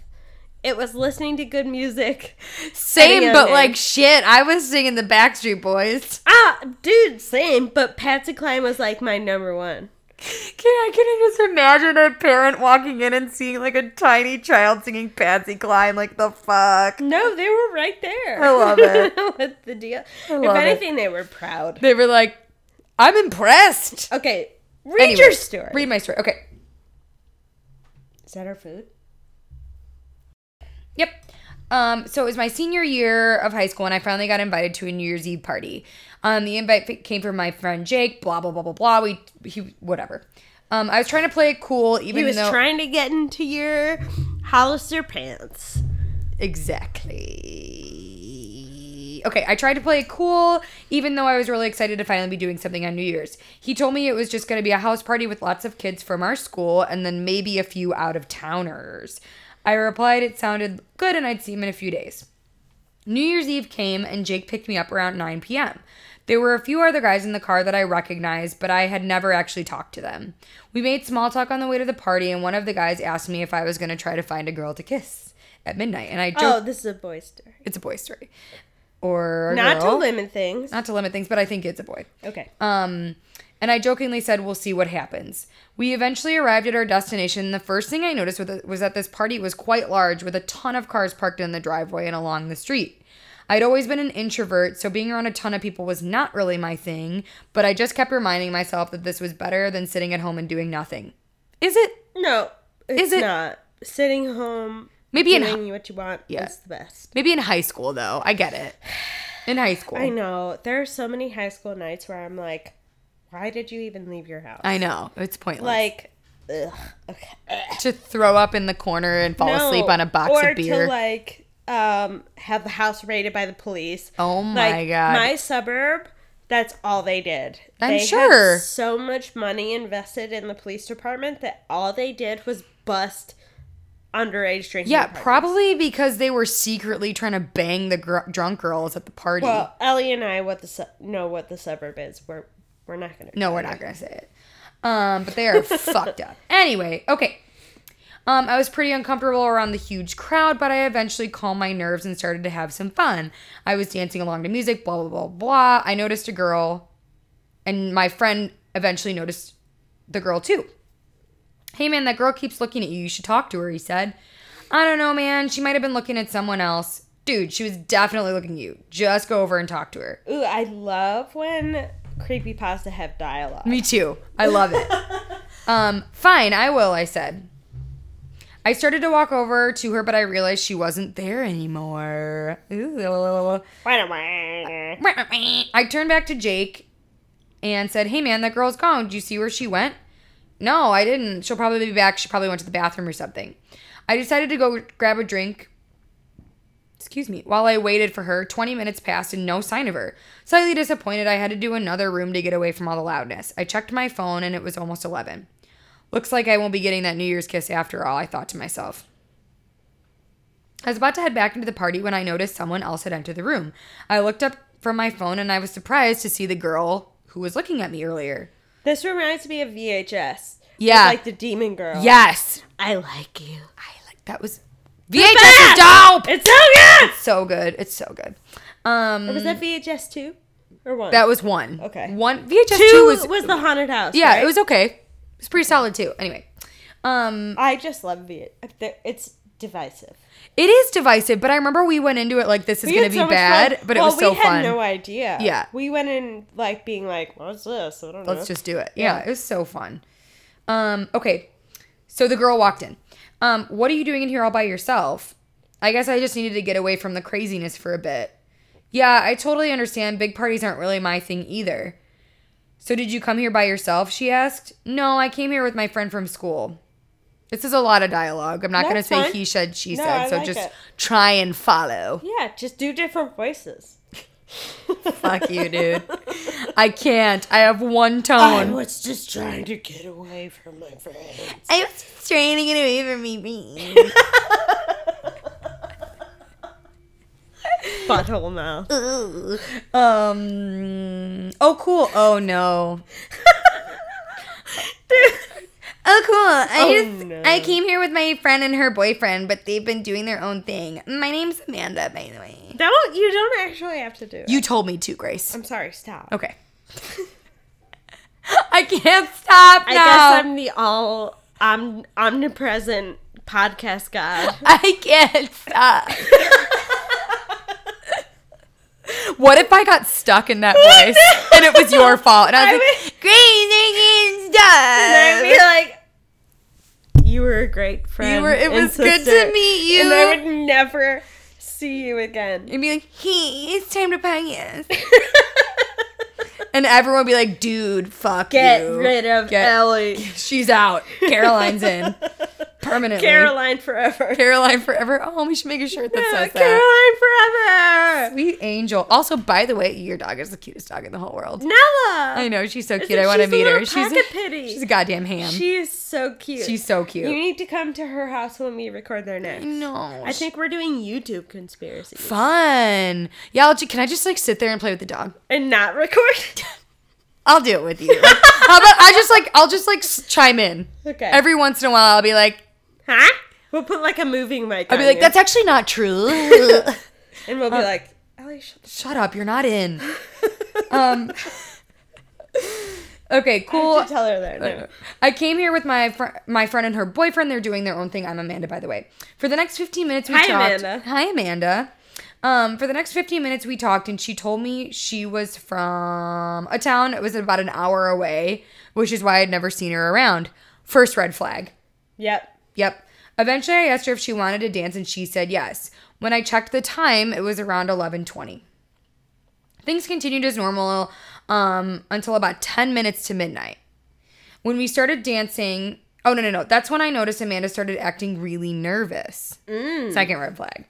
It was listening to good music. Same, Video but game. like shit. I was singing the Backstreet Boys. Ah, dude, same. But Patsy Cline was like my number one. Can I can just imagine a parent walking in and seeing like a tiny child singing Patsy Cline? Like the fuck. No, they were right there. I love it. [laughs] With the deal. love if it. anything, they were proud. They were like, I'm impressed. Okay, read your story. Read my story. Okay. Is that our food? Yep. Um, so it was my senior year of high school, and I finally got invited to a New Year's Eve party. Um, the invite fi- came from my friend Jake. Blah blah blah blah blah. We he whatever. Um, I was trying to play it cool, even He was though trying to get into your Hollister pants. Exactly. Okay, I tried to play it cool, even though I was really excited to finally be doing something on New Year's. He told me it was just going to be a house party with lots of kids from our school and then maybe a few out of towners. I replied it sounded good and I'd see him in a few days. New Year's Eve came and Jake picked me up around 9 p.m. There were a few other guys in the car that I recognized, but I had never actually talked to them. We made small talk on the way to the party, and one of the guys asked me if I was going to try to find a girl to kiss at midnight. And I joked, Oh, this is a boy story. it's a boy story. Or a Not to girl. Uh, lemon things. not to limit things, but I think it's a boy. Okay. Um, and I jokingly said, "We'll see what happens." We eventually arrived at our destination. The first thing I noticed was was that this party was quite large, with a ton of cars parked in the driveway and along the street. I'd always been an introvert, so being around a ton of people was not really my thing. But I just kept reminding myself that this was better than sitting at home and doing nothing. Is it? no, it's Is it- not. Sitting home, Maybe in doing what you want Yeah. is the best. maybe in high school though. I get it. In high school, I know. There are so many high school nights where I'm like, why did you even leave your house? I know it's pointless. Like, ugh. Okay. ugh. to throw up in the corner and fall asleep No. on a box or of beer. to like um have the house raided by the police. oh my like, god! My suburb, that's all they did. I'm they had sure. so much money invested in the police department that all they did was bust underage drinking. yeah, parties. probably because they were secretly trying to bang the gr- drunk girls at the party. Well, Ellie and I what the su- know what the suburb is. We're we're not gonna. no, we're not gonna say it. Um, but they are fucked up. Anyway, okay. Um, I was pretty uncomfortable around the huge crowd, but I eventually calmed my nerves and started to have some fun. I was dancing along to music, blah blah blah blah. I noticed a girl, and my friend eventually noticed the girl too. Hey man, that girl keeps looking at you. You should talk to her, he said. I don't know, man. She might have been looking at someone else. Dude, she was definitely looking at you. Just go over and talk to her. Ooh, I love when creepypasta have dialogue. Me too. I love it. um, fine, I will, I said. I started to walk over to her, but I realized she wasn't there anymore. Ooh. I turned back to Jake and said, Hey man, that girl's gone. Did you see where she went? No, I didn't. She'll probably be back. She probably went to the bathroom or something. I decided to go grab a drink. Excuse me. While I waited for her, 20 minutes passed and no sign of her. Slightly disappointed, I had to do another room to get away from all the loudness. I checked my phone and it was almost 11. Looks like I won't be getting that New Year's kiss after all, I thought to myself. I was about to head back into the party when I noticed someone else had entered the room. I looked up from my phone and I was surprised to see the girl who was looking at me earlier. This reminds me of VHS. with, Yeah. like the demon girl. Yes. I like you. I like that was VHS is dope. It's so good. So good. It's so good. Um Was that VHS two or one? that was one. Okay. One VHS two, two, was, the haunted house. Yeah, right? it was okay. It's pretty solid too. Anyway. Um I just love VHS. It's divisive. it is divisive, but I remember we went into it like this is We gonna had be so much bad, fun. but it Well, was so we had fun. no idea. Yeah. we went in like being like, "What's this?" I don't know. Let's just do it. Yeah, it was so fun. Um, okay. So the girl walked in. Um, what are you doing in here all by yourself? I guess I just needed to get away from the craziness for a bit. Yeah, I totally understand. Big parties aren't really my thing either. So did you come here by yourself? She asked. No, I came here with my friend from school. This is a lot of dialogue. I'm not going to That's say fine. he said, she No, said. I so like just it. try and [laughs] follow. yeah, just do different voices. Fuck you, dude. I can't. I have one I tone. was just trying to get away from my friend. [laughs] I was just trying to get away from me. Butthole mouth. [laughs] um. Oh, cool. Oh no. Oh, cool. I Oh, just no. I came here with my friend and her boyfriend, but they've been doing their own thing. My name's Amanda, by the way. [laughs] Don't you don't actually have to do it. You told me to, Grace. I'm sorry, stop. Okay. [laughs] I can't stop now. I guess I'm the all om- omnipresent podcast god. I [laughs] can't stop. what if I got stuck in that voice and it was your fault? And I I was like, would- Grace, And I'd I be like, "You were a great friend. You were- it and was good to sister, meet And I you." would never see you again." And be like, hey, it's time [laughs] to podcast. and everyone would be like, dude, fuck Get you. rid of Get- Ellie. She's out. [laughs] Caroline's in permanently. Caroline forever. Caroline forever. Oh, we should make a shirt that says that. Caroline forever. Sweet angel. Also, by the way, your dog is the cutest dog in the whole world. Nella. I know she's so cute. it- I want to she's a meet her. little She's pocket pity. she's a goddamn ham. She is so cute. she's so cute. You need to come to her house when we record there next. no, I think we're doing YouTube conspiracies fun. Yeah, I'll, ju- can I just like sit there and play with the dog? and not record. [laughs] I'll do it with you. Like, how about I just like I'll just like s- chime in Okay. every once in a while. I'll be like huh? We'll put like a moving mic. I'll be like that's actually not true. [laughs] and we'll be like, Ellie, shut the Shut up, you're not in. [laughs] [laughs] Um. Okay, [laughs] cool. to tell her that. No. I came here with my fr- my friend and her boyfriend. They're doing their own thing. I'm Amanda, by the way. For the next 15 minutes, we Hi, talked. Amanda. Hi, Amanda. Um, for the next 15 minutes, we talked, and she told me she was from a town. It was about an hour away, which is why I'd never seen her around. First red flag. Yep. Yep. Eventually, I asked her if she wanted to dance, and she said yes. When I checked the time, it was around 11:20. Things continued as normal um, until about 10 minutes to midnight. When we started dancing, oh no no no, that's when I noticed Amanda started acting really nervous. Second red flag.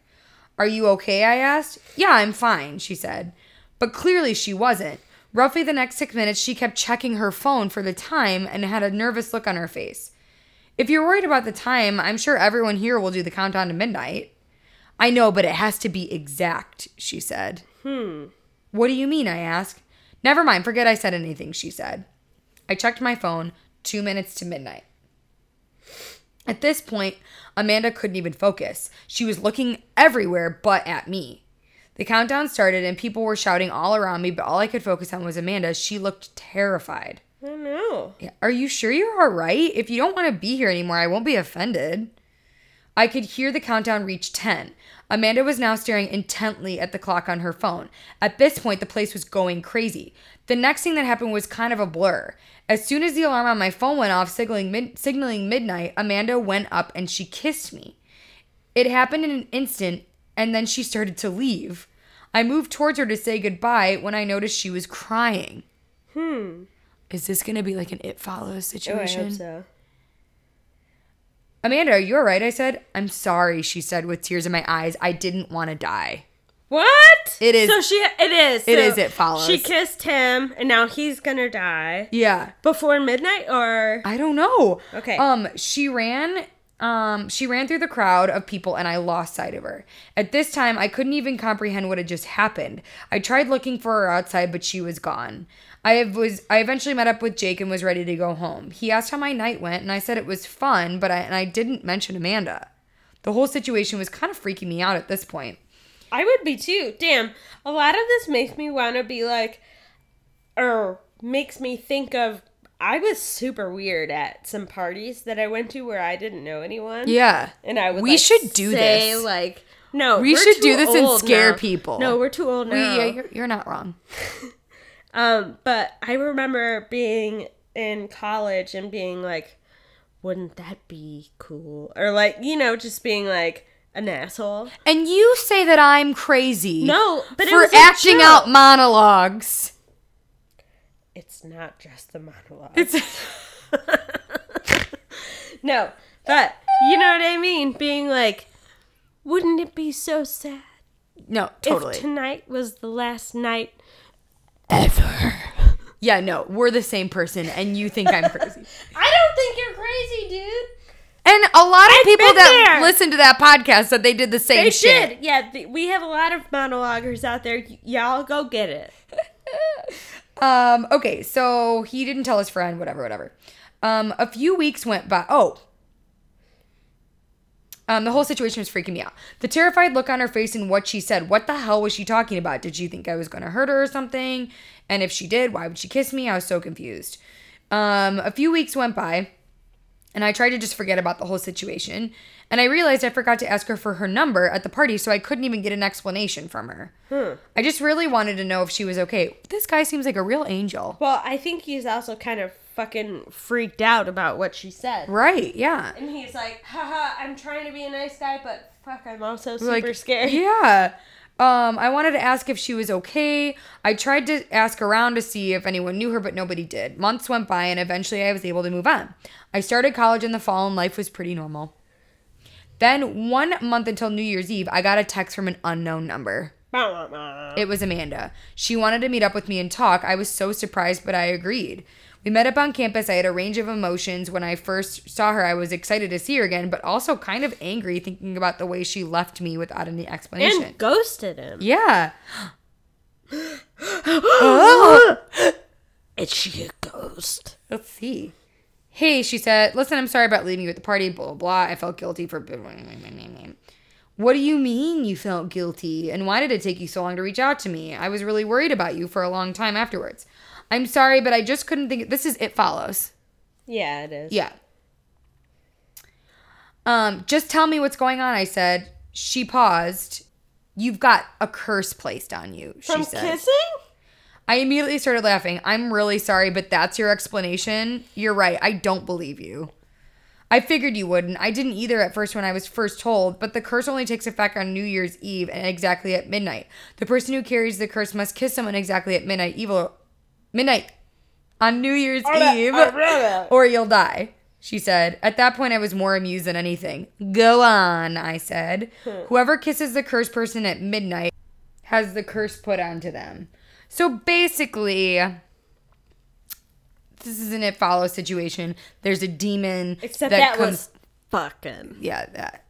Are you okay? I asked. Yeah, I'm fine, she said. But clearly she wasn't. Roughly the next six minutes, she kept checking her phone for the time and had a nervous look on her face. If you're worried about the time, I'm sure everyone here will do the countdown to midnight. I know, but it has to be exact, she said. Hmm. What do you mean? I asked. Never mind, forget I said anything, she said. I checked my phone, two minutes to midnight. At this point, Amanda couldn't even focus. She was looking everywhere but at me. The countdown started and people were shouting all around me, but all I could focus on was Amanda. She looked terrified. I don't know. Oh, Yeah, Are you sure you're all right? If you don't want to be here anymore, I won't be offended. I could hear the countdown reach 10. Amanda was now staring intently at the clock on her phone. At this point, the place was going crazy. The next thing that happened was kind of a blur. As soon as the alarm on my phone went off, signaling, mid- signaling midnight, Amanda went up and she kissed me. It happened in an instant, and then she started to leave. I moved towards her to say goodbye when I noticed she was crying. Hmm. Is this going to be like an It Follows Oh, I situation? hope so. Amanda, you're right. I said, I'm sorry, she said with tears in my eyes. I didn't want to die. What? It is- So she. It is. It so is, it follows. She kissed him, and now he's gonna die Yeah. before midnight. Or I don't know. Okay. Um, she ran. Um, she ran through the crowd of people and I lost sight of her. At this time, I couldn't even comprehend what had just happened. I tried looking for her outside, but she was gone. I have- was I eventually met up with Jake and was ready to go home. He asked how my night went, and I said it was fun, but I and I didn't mention Amanda. The whole situation was kind of freaking me out at this point. I would be too. Damn. A lot of this makes me want to be like, or makes me think of. I was super weird at some parties that I went to where I didn't know anyone. Yeah. And I would. We like, should do say, this. Like no, We we're should do too this and old scare now. people. No, we're too old now. We, yeah, you're, you're not wrong. Um, but I remember being in college and being like, wouldn't that be cool? Or like, you know, just being like an asshole. And you say that I'm crazy. No, but it for was a acting joke. out monologues. It's not just the monologue. It's [laughs] no, but you know what I mean? Being like, wouldn't it be so sad [laughs] no, if totally. tonight was the last night? Yeah, no, we're the same person, and you think I'm crazy. [laughs] I don't think you're crazy, dude. And a lot of people been that there. listened to that podcast said they did the same They shit. should. Yeah, th- we have a lot of monologuers out there. Y- y'all go get it. Um, okay, so he didn't tell his friend, whatever, whatever. Um, a few weeks went by. Oh. Um, the whole situation was freaking me out. The terrified look on her face and what she said. What the hell was she talking about? Did she think I was going to hurt her or something? And if she did, why would she kiss me? I was so confused. Um, a few weeks went by. And I tried to just forget about the whole situation. And I realized I forgot to ask her for her number at the party, so I couldn't even get an explanation from her. Hmm. I just really wanted to know if she was okay. This guy seems like a real angel. Well, I think he's also kind of fucking freaked out about what she said. Right, yeah. And he's like, haha, I'm trying to be a nice guy, but fuck, I'm also super like, scared. Yeah. Um, I wanted to ask if she was okay. I tried to ask around to see if anyone knew her, but nobody did. Months went by, and eventually I was able to move on. I started college in the fall, and life was pretty normal. Then, one month until New Year's Eve, I got a text from an unknown number. Bah, bah, bah. It was Amanda. She wanted to meet up with me and talk. I was so surprised, but I agreed. We met up on campus. I had a range of emotions. When I first saw her, I was excited to see her again, but also kind of angry thinking about the way she left me without any explanation. And ghosted him. yeah. Is she a ghost? Let's see. Hey, she said, listen, I'm sorry about leaving you at the party, blah, blah, blah. I felt guilty for. What do you mean you felt guilty? And why did it take you so long to reach out to me? I was really worried about you for a long time afterwards. I'm sorry, but I just couldn't think. This is It Follows. Yeah, it is. Yeah. Um, just tell me what's going on, I said. She paused. You've got a curse placed on you, she From said. kissing? I immediately started laughing. I'm really sorry, but that's your explanation. You're right. I don't believe you. I figured you wouldn't. I didn't either at first when I was first told, but the curse only takes effect on New Year's Eve and exactly at midnight. The person who carries the curse must kiss someone exactly at midnight evil midnight on New Year's that- Eve I read it. or you'll die. She said. At that point, I was more amused than anything. Go on, I said. Hmm. Whoever kisses the cursed person at midnight has the curse put onto them. So basically, this is an it follows situation. There's a demon Except that was fucking. yeah that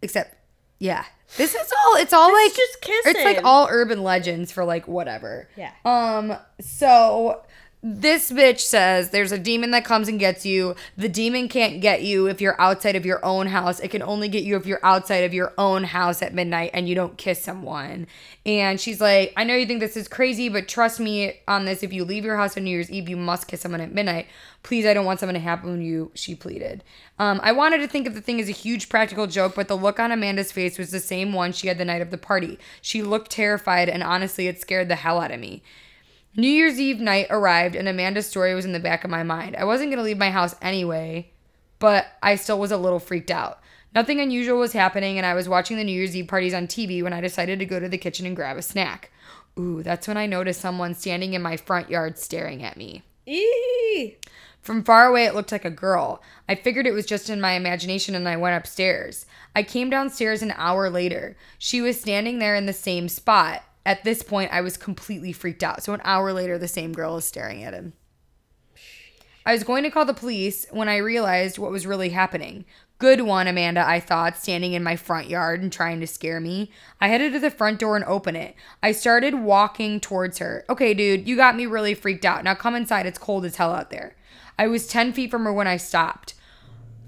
except yeah this is all it's all like just it's like kissing. all urban legends for like whatever Yeah. um so this bitch says there's a demon that comes and gets you the demon can't get you if you're outside of your own house it can only get you if you're outside of your own house at midnight and you don't kiss someone and she's like i know you think this is crazy but trust me on this if you leave your house on new year's eve you must kiss someone at midnight please i don't want something to happen to you she pleaded um, i wanted to think of the thing as a huge practical joke but the look on amanda's face was the same one she had the night of the party she looked terrified and honestly it scared the hell out of me New Year's Eve night arrived, and Amanda's story was in the back of my mind. I wasn't going to leave my house anyway, but I still was a little freaked out. Nothing unusual was happening, and I was watching the New Year's Eve parties on TV when I decided to go to the kitchen and grab a snack. Ooh, that's when I noticed someone standing in my front yard staring at me. Eee. From far away, it looked like a girl. I figured it was just in my imagination and I went upstairs. I came downstairs an hour later. She was standing there in the same spot. At this point, I was completely freaked out. So, an hour later, the same girl is staring at him. I was going to call the police when I realized what was really happening. Good one, Amanda, I thought, standing in my front yard and trying to scare me. I headed to the front door and opened it. I started walking towards her. Okay, dude, you got me really freaked out. Now come inside. It's cold as hell out there. I was 10 feet from her when I stopped.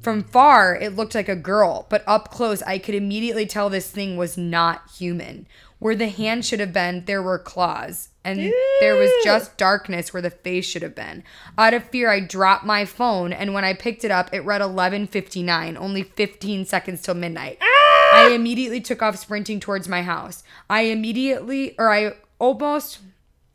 From far, it looked like a girl, but up close, I could immediately tell this thing was not human. Where the hand should have been, there were claws, and there was just darkness where the face should have been. Out of fear, I dropped my phone, and when I picked it up, it read 11:59, only 15 seconds till midnight. I immediately took off sprinting towards my house. I immediately, or I almost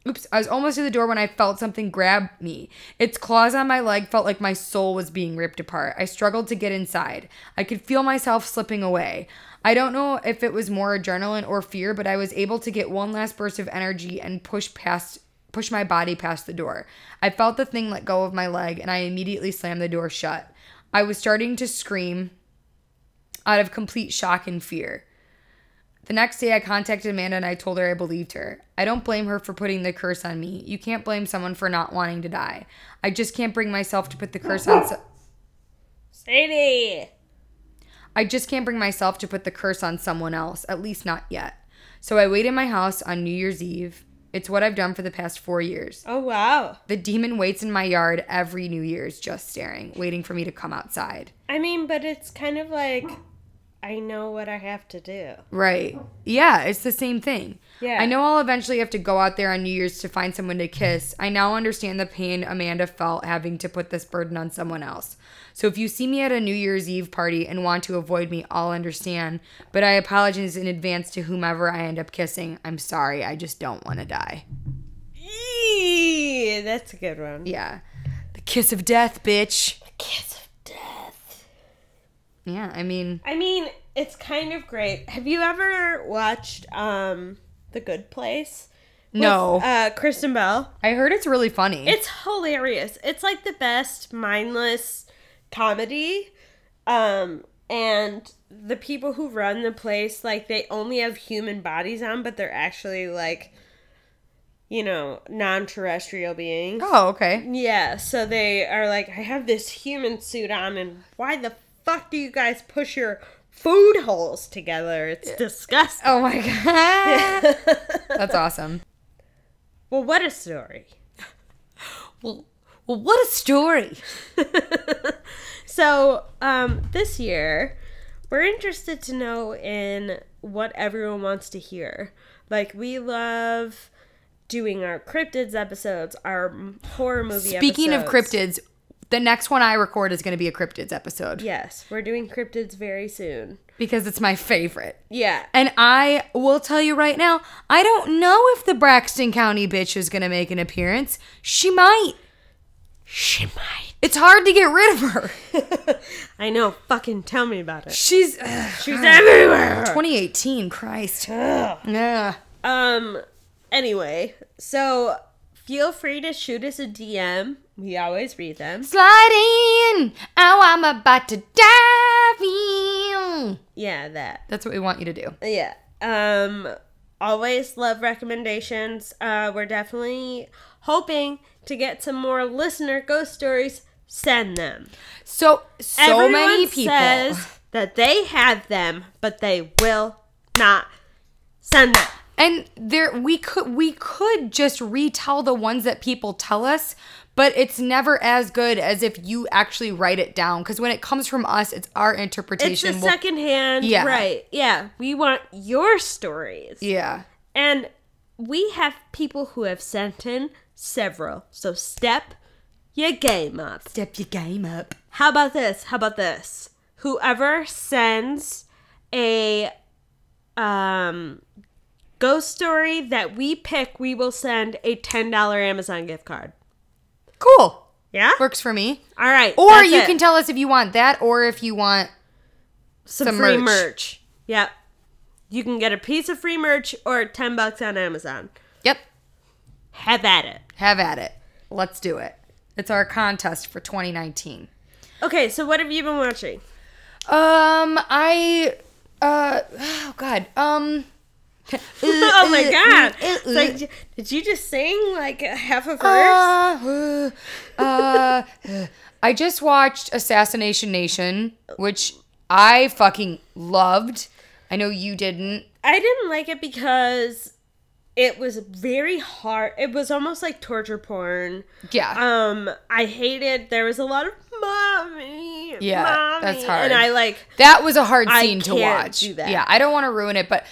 Oops, I was almost to the door when I felt something grab me. Its claws on my leg felt like my soul was being ripped apart. I struggled to get inside. I could feel myself slipping away. I don't know if it was more adrenaline or fear, but I was able to get one last burst of energy and push past push my body past the door. I felt the thing let go of my leg and I immediately slammed the door shut. I was starting to scream out of complete shock and fear. The next day, I contacted Amanda and I told her I believed her. I don't blame her for putting the curse on me. You can't blame someone for not wanting to die. I just can't bring myself to put the curse on. So- Sadie. I just can't bring myself to put the curse on someone else, at least not yet. So I wait in my house on New Year's Eve. It's what I've done for the past four years. Oh wow. The demon waits in my yard every New Year's, just staring, waiting for me to come outside. I mean, but it's kind of like I know what I have to do. Right. Yeah, it's the same thing. Yeah. I know I'll eventually have to go out there on New Year's to find someone to kiss. I now understand the pain Amanda felt having to put this burden on someone else. So if you see me at a New Year's Eve party and want to avoid me, I'll understand. But I apologize in advance to whomever I end up kissing. I'm sorry. I just don't want to die. Eee, that's a good one. Yeah. The kiss of death, bitch. Kiss of death. Yeah, I mean, I mean, it's kind of great. Have you ever watched um The Good Place? With, no. Uh Kristen Bell. I heard it's really funny. It's hilarious. It's like the best mindless comedy. Um and the people who run the place like they only have human bodies on but they're actually like you know, non-terrestrial beings. oh, okay. Yeah, so they are like, I have this human suit on, and why the fuck do you guys push your food holes together? It's disgusting. Oh my [laughs] god. [laughs] That's awesome. well, what a story. Well, well, what a story. So, um, this year, we're interested to know in what everyone wants to hear. Like, we love doing our cryptids episodes, our m- horror movie Speaking of episodes. cryptids, the next one I record is going to be a cryptids episode Yes, we're doing cryptids very soon. because it's my favorite. Yeah. And I will tell you right now, I don't know if the Braxton County bitch is going to make an appearance. She might. She might. It's hard to get rid of [laughs] her. I know. Fucking tell me about it. She's ugh, She's everywhere. 2018, Christ. Yeah. Um. Anyway, so feel free to shoot us a DM. We always read them. Slide in. Oh, I'm about to dive in. Yeah, that. That's what we want you to do. Yeah. Um. Always love recommendations. Uh, we're definitely hoping to get some more listener ghost stories. Send them. So, so Everyone many people. says that they have them, but they will not send them. And there we could we could just retell the ones that people tell us, but it's never as good as if you actually write it down cuz when it comes from us, it's our It's interpretation. a We'll- secondhand, Yeah. right? Yeah, we want your stories. yeah. And we have people who have sent in several. So step your game up. Step your game up. How about this? How about this? Whoever sends a um ghost story that we pick, we will send a $10 Amazon gift card. Cool. Yeah? Works for me. All right. Or that's you it. can tell us if you want that or if you want some, some free merch. merch. Yep. You can get a piece of free merch or 10 bucks on Amazon. Yep. Have at it. Have at it. Let's do it. It's our contest for 2019. Okay, so what have you been watching? Um, I, uh, oh god, um, [laughs] [laughs] oh my god! It's uh, like, j- did you just sing like a half a verse? uh, uh, I just watched Assassination Nation, which I fucking loved. I know you didn't. I didn't like it because it was very hard. It was almost like torture porn. Yeah, Um, I hated. There was a lot of mommy. Yeah, mommy," that's hard. And I like. that was a hard I scene to can't watch. do that. Yeah, I don't want to ruin it, but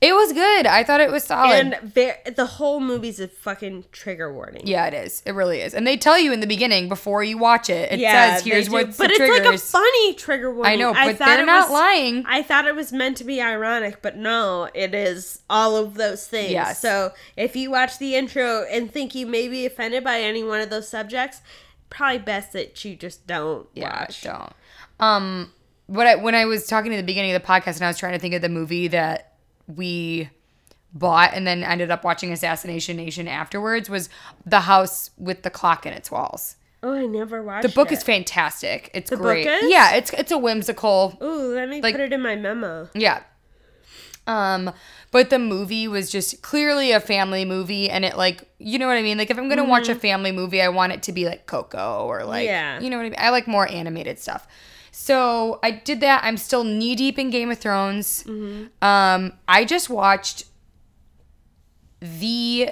it was good. I thought it was solid. And ver- the whole movie's a fucking trigger warning. yeah, it is. It really is. And they tell you in the beginning before you watch it. It Yeah, says they here's do. what's but the it's like a triggers. funny trigger warning. I know, but thought they're it not was- lying. I thought it was meant to be ironic, but no, it is all of those things. Yes. So if you watch the intro and think you may be offended by any one of those subjects, probably best that you just don't Yeah, watch. don't. Um, what I when I was talking at the beginning of the podcast, and I was trying to think of the movie that we bought and then ended up watching Assassination Nation afterwards was The House with the Clock in Its Walls. Oh, I never watched The book it. is fantastic. It's book great. is? Yeah, it's it's a whimsical. Ooh, let me like- put it in my memo. Yeah. Um, but the movie was just clearly a family movie, and it like you know what I mean. Like if I'm gonna Mm-hmm. watch a family movie, I want it to be like Coco or like Yeah. you know what I mean. I like more animated stuff. So I did that. I'm still knee deep in Game of Mm-hmm. Thrones. Um, I just watched the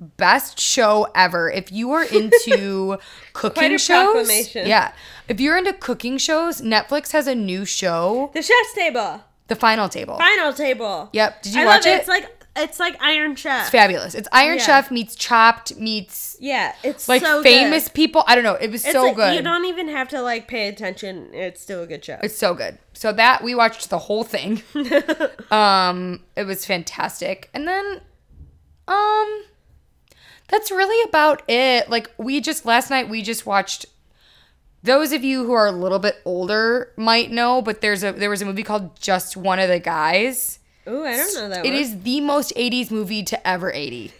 best show ever. If [laughs] you are into cooking Quite a shows, proclamation. yeah. If you're into cooking shows, Netflix has a new show, The chef's table. The Final Table. Final table. Yep. Did you I watch love it? It's like it's like Iron Chef. It's fabulous. It's Iron Yeah. Chef meets Chopped meets yeah, it's like so famous good. people. I don't know. It was It's so like, good. You don't even have to like pay attention. It's still a good show. It's so good. So that we watched the whole [laughs] thing. um, it was fantastic. And then um that's really about it. Like we just last night we just watched those of you who are a little bit older might know, but there's a there was a movie called Just One of the Guys. Ooh, I don't know that It one. is the most 80s movie to ever 80.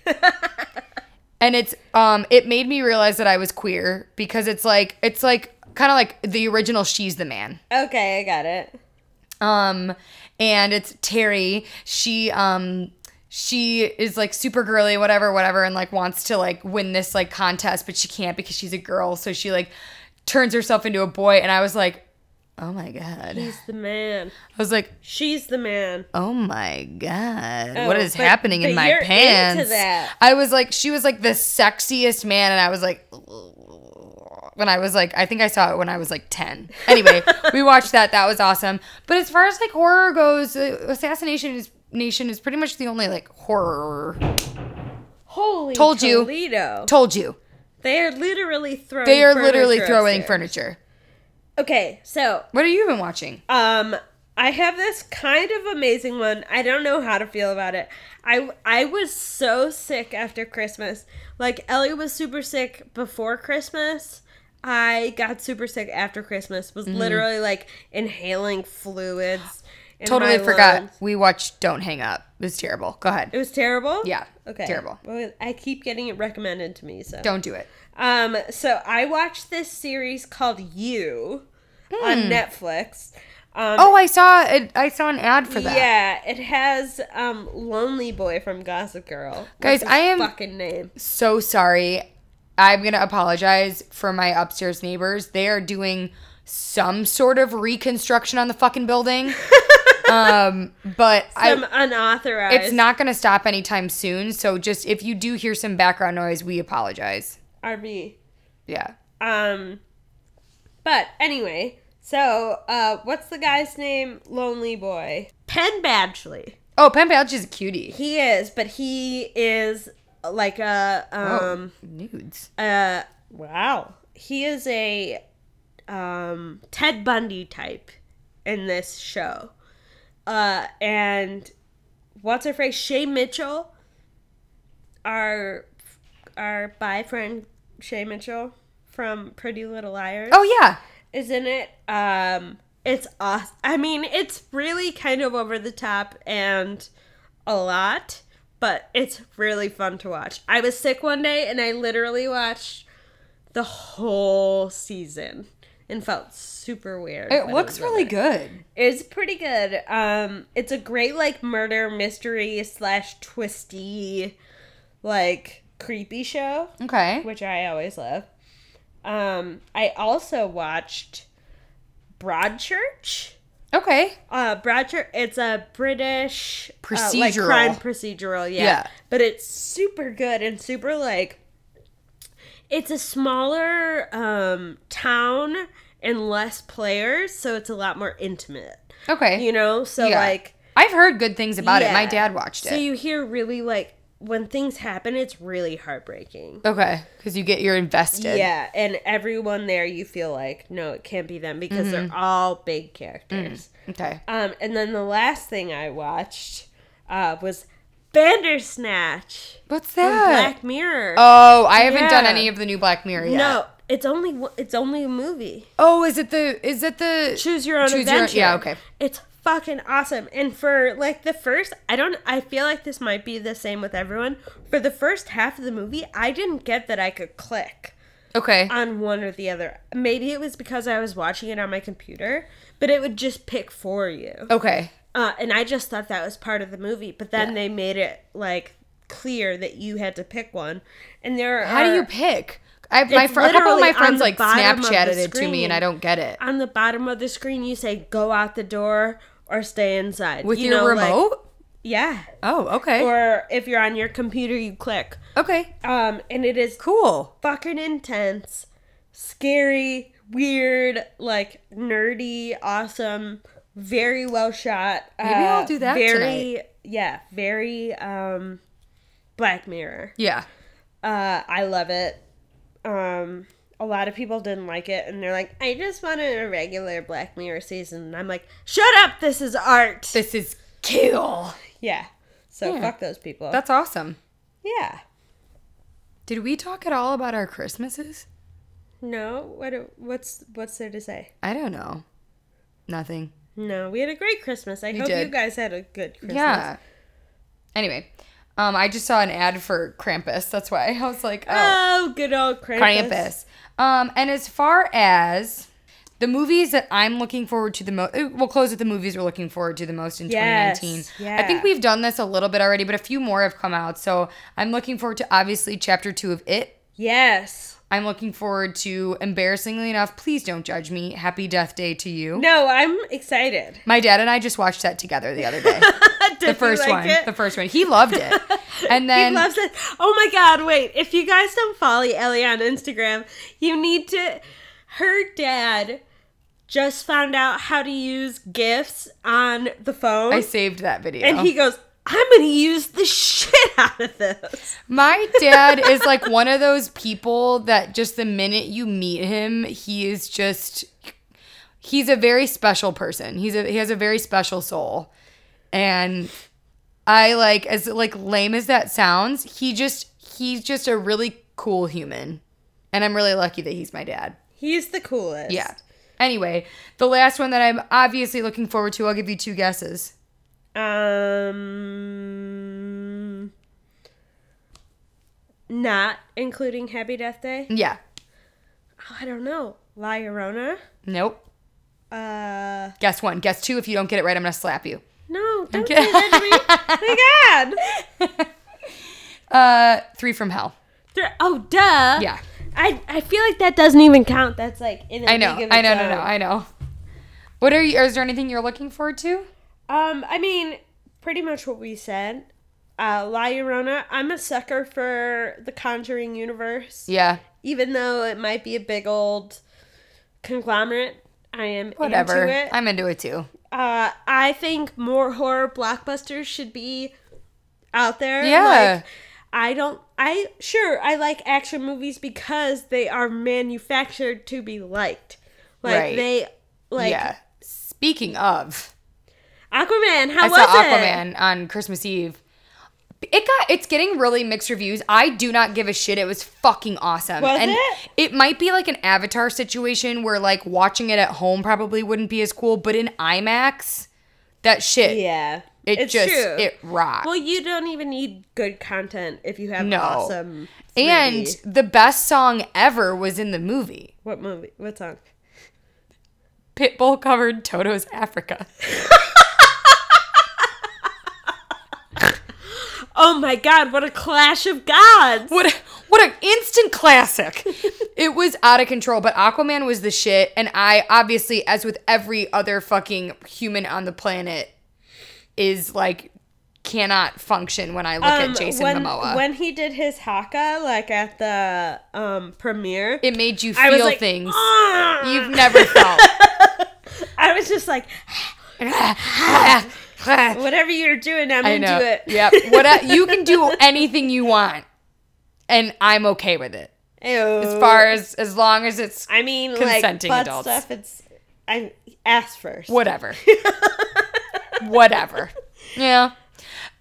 and it's um it made me realize that I was queer because it's like it's like kind of like the original She's the Man. Okay, I got it. Um, and it's Terry. She um she is like super girly, whatever, whatever, and like wants to like win this like contest, but she can't because she's a girl. So she like turns herself into a boy, and I was like, oh my god. I He's the man. was like, She's the man. oh my god, what Oh, is but- happening in but my you're into pants? that. I was like, she was like the sexiest man, and I was like. When I was like, I think I saw it when I was like 10. [laughs] Anyway, we watched that. That was awesome. But as far as like horror goes, uh, Assassination is, Nation is pretty much the only like horror. Holy Told you. Toledo. Told you. They are literally throwing. They are literally throwing upstairs. furniture. Okay, so What have you been watching? um, I have this kind of amazing one. I don't know how to feel about it. I I was so sick after Christmas. Like Ellie was super sick before Christmas. I got super sick after Christmas. Mm-hmm. Was literally like inhaling fluids. in Totally my forgot. lungs. We watched Don't Hang Up. It was terrible. Go ahead. It was terrible. Yeah, Okay. terrible. Well, I keep getting it recommended to me. So Don't do it. Um, so I watched this series called You on Hmm. Netflix. Um, Oh, I saw it. I saw an ad for that. yeah, it has um Lonely Boy from Gossip Girl. What's Guys, his I am- fucking name. so sorry. I'm going to apologize for my upstairs neighbors. They are doing some sort of reconstruction on the [laughs] fucking building. um, but Some I unauthorized. it's not going to stop anytime soon. So just if you do hear some background noise, we apologize. RB. Yeah. Um, but anyway, so uh, what's the guy's name? Lonely Boy. Penn Badgley. Oh, Penn Badge is a cutie. He is, but he is like a Oh, um. nudes. Uh, wow. He is a um, Ted Bundy type in this show. Uh, and what's her phrase? Shay Mitchell, our our bi friend Shay Mitchell from Pretty Little Liars, Oh yeah. is in it. Um, it's awesome. I mean, it's really kind of over the top and a lot, but it's really fun to watch. I was sick one day and I literally watched the whole season and felt super weird. It but was looks really good. It's pretty good. Um it's a great like murder mystery slash twisty like creepy show, Okay. which I always love. Um I also watched Broadchurch. Okay. Uh, Bratcher, it's a British uh, like Procedural. crime procedural, yeah. Yeah. But it's super good and super like. It's a smaller um, town and less players, so it's a lot more intimate. Okay. You know, so Yeah. like I've heard good things about it. My yeah. dad watched it. So you hear really like when things happen, it's really heartbreaking. okay. Cuz you get you're invested. Yeah, and everyone there, you feel like no, it can't be them because Mm-hmm. they're all big Mm. characters. Okay. Um, and then the last thing I watched uh, was Bandersnatch What's from that? Black Mirror. Oh, I haven't done Yeah. any of the new Black Mirror yet. No, it's only one- it's only a movie. Oh, is it the is it the Choose your own Choose your- adventure. yeah, okay. It's fucking awesome. And for like the first, I don't. I feel like this might be the same with everyone. For the first half of the movie, I didn't get that I could click Okay. on one or the other. Maybe it was because I was watching it on my computer, but it would just pick for you. okay. Uh, and I just thought that was part of the movie, but then they made it like clear that you had to pick one. And there are How do you pick? I my It's fr- a couple literally of my on friends the like bottom of the Snapchatted it to me screen. and I don't get it. on the bottom of the screen you say go out the door or stay inside With You your know, like- remote? Yeah. Oh, okay. Or if you're on your computer, you click. okay. Um, and it is Cool. fucking intense, scary, weird, like nerdy, awesome, very well shot. Maybe I'll do that Very, yeah, very um, Black Mirror. Yeah. Uh, I love it. Um, a lot of people didn't like it, and they're like, "I just wanted a regular Black Mirror season." And I'm like, "Shut up! This is art." This is kill. Yeah. So Yeah. fuck those people. That's awesome. yeah. Did we talk at all about our Christmases? No. What? do- What's What's there to say? I don't know. Nothing. No, we had a great Christmas. I hope did. you guys had a good Christmas. Yeah. Anyway, um, I just saw an ad for Krampus. That's why I was like, oh, Oh, good old Krampus. Krampus. Um, and as far as the movies that I'm looking forward to the most, we'll close with the movies we're looking forward to the most in Yes, 2019. yeah. I think we've done this a little bit already, but a few more have come out. So I'm looking forward to obviously chapter two of It. Yes. I'm looking forward to, embarrassingly enough, please don't judge me. Happy Death Day to you. No, I'm excited. My dad and I just watched that together the [laughs] other day. Did [laughs] the you first like one. it? The first one. He loved [laughs] it. And then he loves it. Oh my God! Wait, if you guys don't follow Ellie on Instagram, you need to. Her dad just found out how to use gifts on the phone, I saved that video. and he goes, "I'm gonna use the [laughs] shit out of this." My dad is like one of those people that just the minute you meet him, he is just he's a very special person. He's a he has a very special soul. And I like as like lame as that sounds, he just he's just a really cool human. And I'm really lucky that he's my dad. He's the coolest. Yeah. Anyway, the last one that I'm obviously looking forward to, I'll give you two guesses. Um, not including Happy Death Day. Yeah. Oh, I don't know. La Llorona. Nope. Uh, Guess one. Guess two. If you don't get it right, I'm gonna slap you. no, don't Okay. judge [laughs] me. My God. Uh, three from hell. They're- oh, duh. Yeah. I I feel like that doesn't even count. That's like in a I know. league of I its know. No, no. own. I know. What are you? Is there anything you're looking forward to? Um, I mean, pretty much what we said. Uh, La Llorona. I'm a sucker for the Conjuring universe. Yeah. even though it might be a big old conglomerate. I am Whatever. into it. I'm into it too. Uh, I think more horror blockbusters should be out there. Yeah. Like, I don't. I sure I like action movies because they are manufactured to be liked. Like Right. they, like yeah. Speaking of, Aquaman. How I was saw it? Aquaman on Christmas Eve. It got it's getting really mixed reviews. I do not give a shit. It was fucking awesome. Was and it? might be like an Avatar situation where like watching it at home probably wouldn't be as cool, but in IMAX, that shit Yeah, it it's just true. it rocks. well, you don't even need good content if you have No. awesome. and movie. the best song ever was in the movie. what movie? What song? Pitbull covered Toto's Africa. Oh my God! What a clash of gods! What what an [laughs] instant classic. it was out of control, but Aquaman was the shit and I obviously as with every other fucking human on the planet is like cannot function when I look Um, at Jason when, Momoa. When he did his haka, like at the um, premiere, it made you I was feel like, things "Ah!" [laughs] you've never felt. I was just like, [laughs] whatever you're doing, I'm I into know. it. Yep. [laughs] What I- you can do anything you want and I'm okay with it. As far as as long as it's I mean, consenting like butt adults. stuff. It's I ass first. whatever. whatever. Yeah.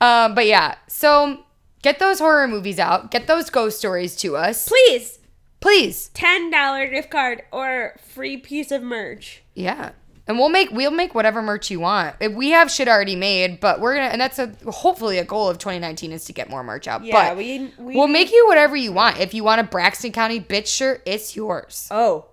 Um, but yeah, so get those horror movies out. Get those ghost stories to us. [laughs] Please, Please. ten dollar gift card or free piece of merch. Yeah. And we'll make we'll make whatever merch you want. If We have shit already made, but we're gonna and that's a hopefully a goal of 2019 is to get more merch out. Yeah, but we we will make you whatever you want. If you want a Braxton County bitch shirt, it's yours. oh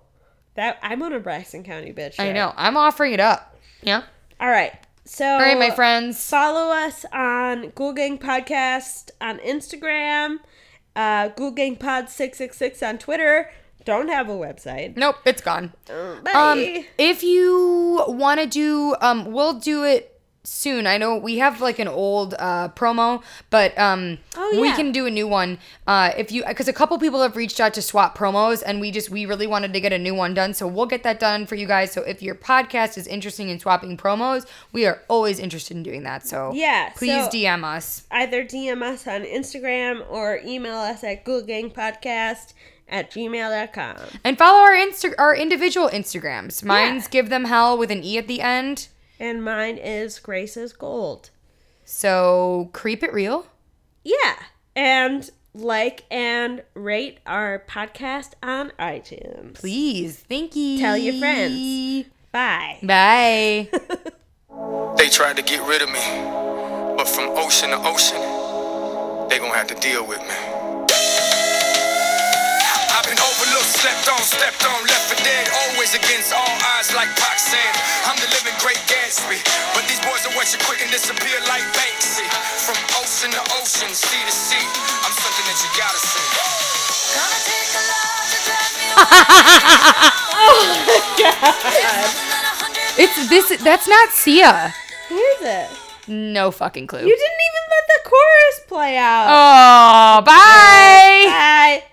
that I'm on a Braxton County bitch. I know. I'm offering it up. Yeah. All right, so All right, my friends. follow us on Ghoul Gang Podcast on Instagram, uh, Ghoul Gang Pod six six six on Twitter. Don't have a website. Nope, it's gone. Uh, Um, Bye. if you want to do, um, we'll do it soon. I know we have like an old uh, promo, but um, Oh, we yeah. can do a new one. Uh, if you because a couple people have reached out to swap promos, and we just we really wanted to get a new one done, so we'll get that done for you guys. So if your podcast is interesting in swapping promos, we are always interested in doing that. So Yeah, please so- DM us. Either DM us on Instagram or email us at Podcast at gmail.com. And follow our Insta- our individual Instagrams. Mine's give them hell with an e at the end. And mine is Grace's Gold. So creep it real. Yeah. And like and rate our podcast on iTunes. Please, thank you. Tell your friends. Bye. [laughs] Bye. They tried to get rid of me, but from ocean to ocean, they gonna have to deal with me. I've been overlooked, slept on, stepped on, left for dead, always against all odds, like Pac said. I'm the living great Gatsby, but these boys are what you quick and disappear like Banksy. From ocean to ocean, sea to sea, I'm something that you gotta see. Gonna take a lot to drive me Oh, it's this. That's not Sia. Who is it? No fucking clue. You didn't even let the chorus play out. oh, bye. Bye.